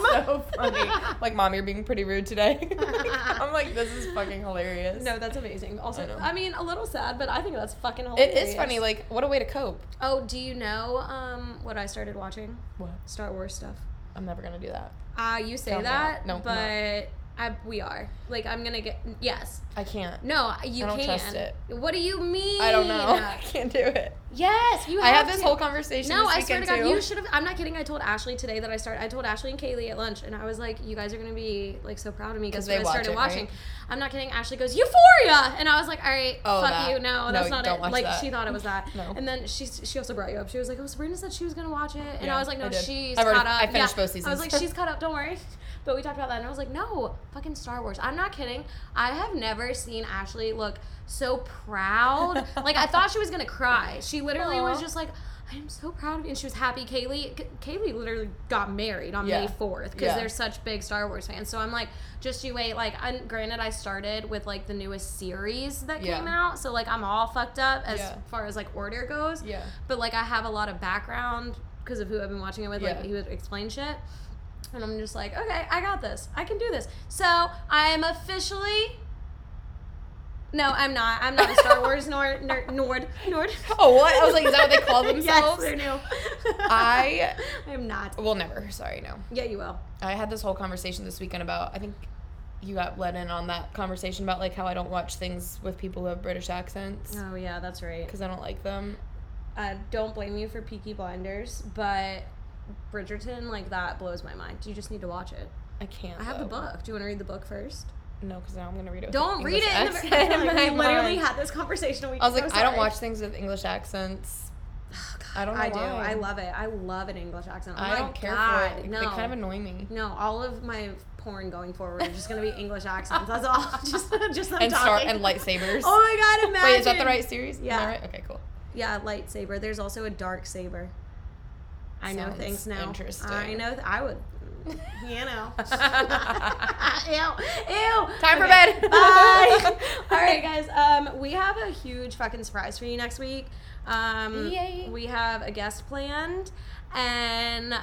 [SPEAKER 2] like it's so funny like mom you're being pretty rude today i'm like this is fucking hilarious
[SPEAKER 1] No, that's amazing. Also,
[SPEAKER 2] know.
[SPEAKER 1] I, mean, a little sad, but I think that's fucking
[SPEAKER 2] it
[SPEAKER 1] hilarious.
[SPEAKER 2] is funny like what a way to cope
[SPEAKER 1] oh, do you know um, what I started watching?
[SPEAKER 2] what
[SPEAKER 1] Star Wars stuff.
[SPEAKER 2] i'm never gonna do that
[SPEAKER 1] Ah, you say
[SPEAKER 2] Tell me
[SPEAKER 1] that,
[SPEAKER 2] that. No, I'm
[SPEAKER 1] but I, we are. Like, I'm gonna get yes.
[SPEAKER 2] i can't
[SPEAKER 1] No, you
[SPEAKER 2] I don't
[SPEAKER 1] can.
[SPEAKER 2] trust it.
[SPEAKER 1] What do you mean?
[SPEAKER 2] I don't know. I can't do it.
[SPEAKER 1] Yes, you. Have
[SPEAKER 2] I had this
[SPEAKER 1] to.
[SPEAKER 2] whole conversation.
[SPEAKER 1] No,
[SPEAKER 2] this
[SPEAKER 1] I swear to God,
[SPEAKER 2] weekend,
[SPEAKER 1] you
[SPEAKER 2] too.
[SPEAKER 1] should have. I'm not kidding. I told Ashley today that I started. I told Ashley and Kaylee at lunch, and I was like, "You guys are gonna be like so proud of me because
[SPEAKER 2] 'Cause they
[SPEAKER 1] I
[SPEAKER 2] watch
[SPEAKER 1] started
[SPEAKER 2] it, right?
[SPEAKER 1] watching." I'm not kidding. Ashley goes Euphoria, and I was like, "All right,
[SPEAKER 2] Oh,
[SPEAKER 1] fuck
[SPEAKER 2] that.
[SPEAKER 1] you. No,
[SPEAKER 2] No,
[SPEAKER 1] that's not
[SPEAKER 2] don't
[SPEAKER 1] it."
[SPEAKER 2] watch
[SPEAKER 1] Like
[SPEAKER 2] that.
[SPEAKER 1] she thought it was that.
[SPEAKER 2] No.
[SPEAKER 1] And then she she also brought you up. She was like, "Oh, Sabrina said she was gonna watch it," and
[SPEAKER 2] Yeah,
[SPEAKER 1] I was like,
[SPEAKER 2] I
[SPEAKER 1] "No,
[SPEAKER 2] did.
[SPEAKER 1] she's
[SPEAKER 2] I've already-
[SPEAKER 1] caught up."
[SPEAKER 2] I finished
[SPEAKER 1] Yeah.
[SPEAKER 2] both
[SPEAKER 1] I was
[SPEAKER 2] seasons.
[SPEAKER 1] like, "She's caught up. Don't worry." But we talked about that, and I was like, "No, fucking Star Wars. I'm not kidding. I have never seen Ashley look so proud. like I thought she was gonna cry. She literally was
[SPEAKER 2] Aw.
[SPEAKER 1] just like." I am so proud of you. And she was happy. Kaylee, K- Kaylee literally got married on May
[SPEAKER 2] Yeah.
[SPEAKER 1] 4th because
[SPEAKER 2] Yeah.
[SPEAKER 1] they're such big Star Wars fans. So I'm like, just you wait. Like, i granted, I started with like the newest series that
[SPEAKER 2] Yeah.
[SPEAKER 1] came out. So like, I'm all fucked up as
[SPEAKER 2] Yeah.
[SPEAKER 1] far as like order goes.
[SPEAKER 2] Yeah.
[SPEAKER 1] But like, I have a lot of background because of who I've been watching it with.
[SPEAKER 2] Yeah.
[SPEAKER 1] Like, he would explain shit. And I'm just like, okay, I got this. I can do this. So I'm officially. No, I'm not. I'm not a Star Wars nor, nor, Nord. Nord.
[SPEAKER 2] Oh, what? I was like, is that what they call
[SPEAKER 1] yes,
[SPEAKER 2] themselves?
[SPEAKER 1] they're new.
[SPEAKER 2] I-
[SPEAKER 1] I am not.
[SPEAKER 2] Well, never. Sorry, no.
[SPEAKER 1] Yeah, you will.
[SPEAKER 2] I had this whole conversation this weekend about I think you got let in on that conversation about like how I don't watch things with people who have British accents
[SPEAKER 1] Oh, yeah, that's right.
[SPEAKER 2] because I don't like them.
[SPEAKER 1] Uh, don't blame you for Peaky Blinders, but Bridgerton, like, that blows my mind. You just need to watch it.
[SPEAKER 2] I can't.
[SPEAKER 1] I have the
[SPEAKER 2] though.
[SPEAKER 1] book. Do you want to read the book first?
[SPEAKER 2] No, because now I'm gonna read it. with
[SPEAKER 1] Don't
[SPEAKER 2] an
[SPEAKER 1] read it.
[SPEAKER 2] English
[SPEAKER 1] In the,
[SPEAKER 2] accent
[SPEAKER 1] I feel like
[SPEAKER 2] in my
[SPEAKER 1] we literally
[SPEAKER 2] mind.
[SPEAKER 1] had this conversation a week
[SPEAKER 2] I was like,
[SPEAKER 1] ago,
[SPEAKER 2] I don't
[SPEAKER 1] sorry.
[SPEAKER 2] watch things with English accents.
[SPEAKER 1] Oh, God,
[SPEAKER 2] I don't know
[SPEAKER 1] I do.
[SPEAKER 2] why.
[SPEAKER 1] I love it. I love an English accent.
[SPEAKER 2] I
[SPEAKER 1] Oh my
[SPEAKER 2] don't care
[SPEAKER 1] God,
[SPEAKER 2] for it.
[SPEAKER 1] No.
[SPEAKER 2] They kind of annoy me.
[SPEAKER 1] no, all of my porn going forward is just gonna be English accents. That's all. just, just them
[SPEAKER 2] and star
[SPEAKER 1] talking.
[SPEAKER 2] and lightsabers.
[SPEAKER 1] Oh my God! Imagine.
[SPEAKER 2] Wait, is that the right series? Am I
[SPEAKER 1] Yeah.
[SPEAKER 2] right? Okay, cool.
[SPEAKER 1] Yeah, lightsaber. There's also a dark saber. I know
[SPEAKER 2] Sounds
[SPEAKER 1] things now.
[SPEAKER 2] interesting.
[SPEAKER 1] I know. Th- I would. You know. ew. Ew.
[SPEAKER 2] Time for
[SPEAKER 1] Okay,
[SPEAKER 2] bed.
[SPEAKER 1] Bye. All right, guys. Um, we have a huge fucking surprise for you next week. Um,
[SPEAKER 2] Yay.
[SPEAKER 1] we have a guest planned, and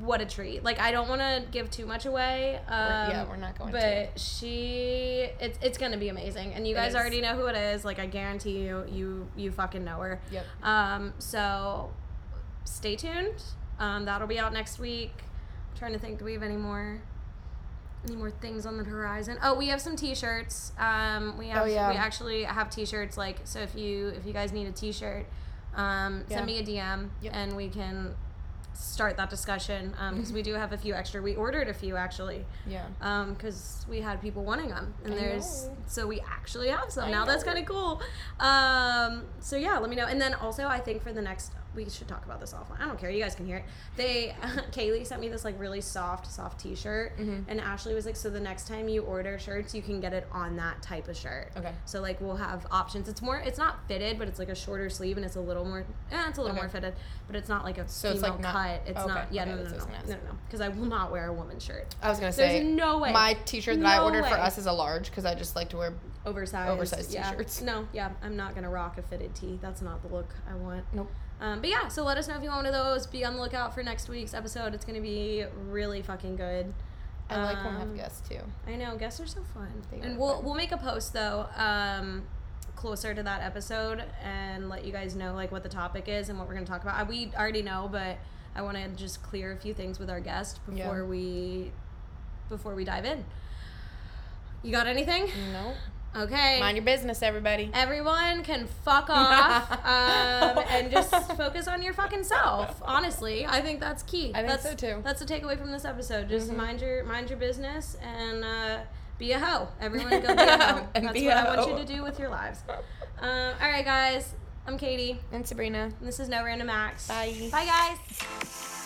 [SPEAKER 1] what a treat! Like, I don't want to give too much away. Um,
[SPEAKER 2] We're- yeah, we're not going to.
[SPEAKER 1] but she, it's it's gonna be amazing, and you
[SPEAKER 2] It
[SPEAKER 1] guys
[SPEAKER 2] is.
[SPEAKER 1] already know who it is. Like I guarantee you, you you fucking know her.
[SPEAKER 2] Yep.
[SPEAKER 1] Um, so stay tuned. Um, that'll be out next week. I'm trying to think, do we have any more any more things on the horizon? Oh, we have some t-shirts. Um, we have
[SPEAKER 2] Oh, yeah.
[SPEAKER 1] we actually have t-shirts like so if you if you guys need a t-shirt, um, send me
[SPEAKER 2] Yeah.
[SPEAKER 1] a DM
[SPEAKER 2] Yep.
[SPEAKER 1] and we can start that discussion because we do have a few extra. We ordered a few actually
[SPEAKER 2] Yeah.
[SPEAKER 1] because Um, we had people wanting them, and
[SPEAKER 2] I
[SPEAKER 1] there's
[SPEAKER 2] know.
[SPEAKER 1] so we actually have some
[SPEAKER 2] I
[SPEAKER 1] now. That's
[SPEAKER 2] know.
[SPEAKER 1] kind of cool. Um, so yeah, let me know. And then also, I think for the next, we should talk about this offline. I don't care. You guys can hear it. They Kaylee sent me this like really soft, soft T-shirt,
[SPEAKER 2] Mm-hmm.
[SPEAKER 1] and Ashley was like, "So the next time you order shirts, you can get it on that type of shirt."
[SPEAKER 2] Okay.
[SPEAKER 1] So like we'll have options. It's more. It's not fitted, but it's like a shorter sleeve, and it's a little more. Eh, it's a little
[SPEAKER 2] Okay.
[SPEAKER 1] more fitted, but it's not like a
[SPEAKER 2] So it's,
[SPEAKER 1] female
[SPEAKER 2] like, not-
[SPEAKER 1] cut. It's
[SPEAKER 2] okay,
[SPEAKER 1] not. Yeah,
[SPEAKER 2] okay,
[SPEAKER 1] no, no,
[SPEAKER 2] that's
[SPEAKER 1] no,
[SPEAKER 2] what I
[SPEAKER 1] no,
[SPEAKER 2] was gonna
[SPEAKER 1] no,
[SPEAKER 2] ask.
[SPEAKER 1] no, because I will not wear a woman's shirt.
[SPEAKER 2] I was gonna say
[SPEAKER 1] There's no way.
[SPEAKER 2] my T-shirt that I
[SPEAKER 1] No
[SPEAKER 2] ordered for
[SPEAKER 1] way.
[SPEAKER 2] us is a large because I just like to wear.
[SPEAKER 1] oversized,
[SPEAKER 2] Oversized
[SPEAKER 1] yeah.
[SPEAKER 2] t-shirts.
[SPEAKER 1] No, yeah, I'm not gonna rock a fitted tee. That's not the look I want.
[SPEAKER 2] Nope.
[SPEAKER 1] Um, but yeah, so let us know if you want one of those. Be on the lookout for next week's episode. It's gonna be really fucking good.
[SPEAKER 2] I like when we
[SPEAKER 1] Um,
[SPEAKER 2] have guests too.
[SPEAKER 1] I know guests are so fun.
[SPEAKER 2] They
[SPEAKER 1] and
[SPEAKER 2] are
[SPEAKER 1] we'll
[SPEAKER 2] fun.
[SPEAKER 1] we'll make a post though, um, closer to that episode, and let you guys know like what the topic is and what we're gonna talk about. I, we already know, but I want to just clear a few things with our guest
[SPEAKER 2] Yeah.
[SPEAKER 1] before we before we dive in. You got anything?
[SPEAKER 2] Nope.
[SPEAKER 1] Okay.
[SPEAKER 2] Mind your business, everybody.
[SPEAKER 1] Everyone can fuck off um, and just focus on your fucking self. Honestly, I think that's key.
[SPEAKER 2] I think
[SPEAKER 1] that's,
[SPEAKER 2] so, too.
[SPEAKER 1] That's a takeaway from this episode. Just
[SPEAKER 2] Mhm.
[SPEAKER 1] mind your mind your business and uh, be a hoe. Everyone go be a hoe.
[SPEAKER 2] And
[SPEAKER 1] that's
[SPEAKER 2] be
[SPEAKER 1] what
[SPEAKER 2] a
[SPEAKER 1] I want
[SPEAKER 2] hoe.
[SPEAKER 1] you to do with your lives. Um, all right, guys. I'm Katie.
[SPEAKER 2] And Sabrina.
[SPEAKER 1] And this is No Random Acts.
[SPEAKER 2] Bye.
[SPEAKER 1] Bye, guys.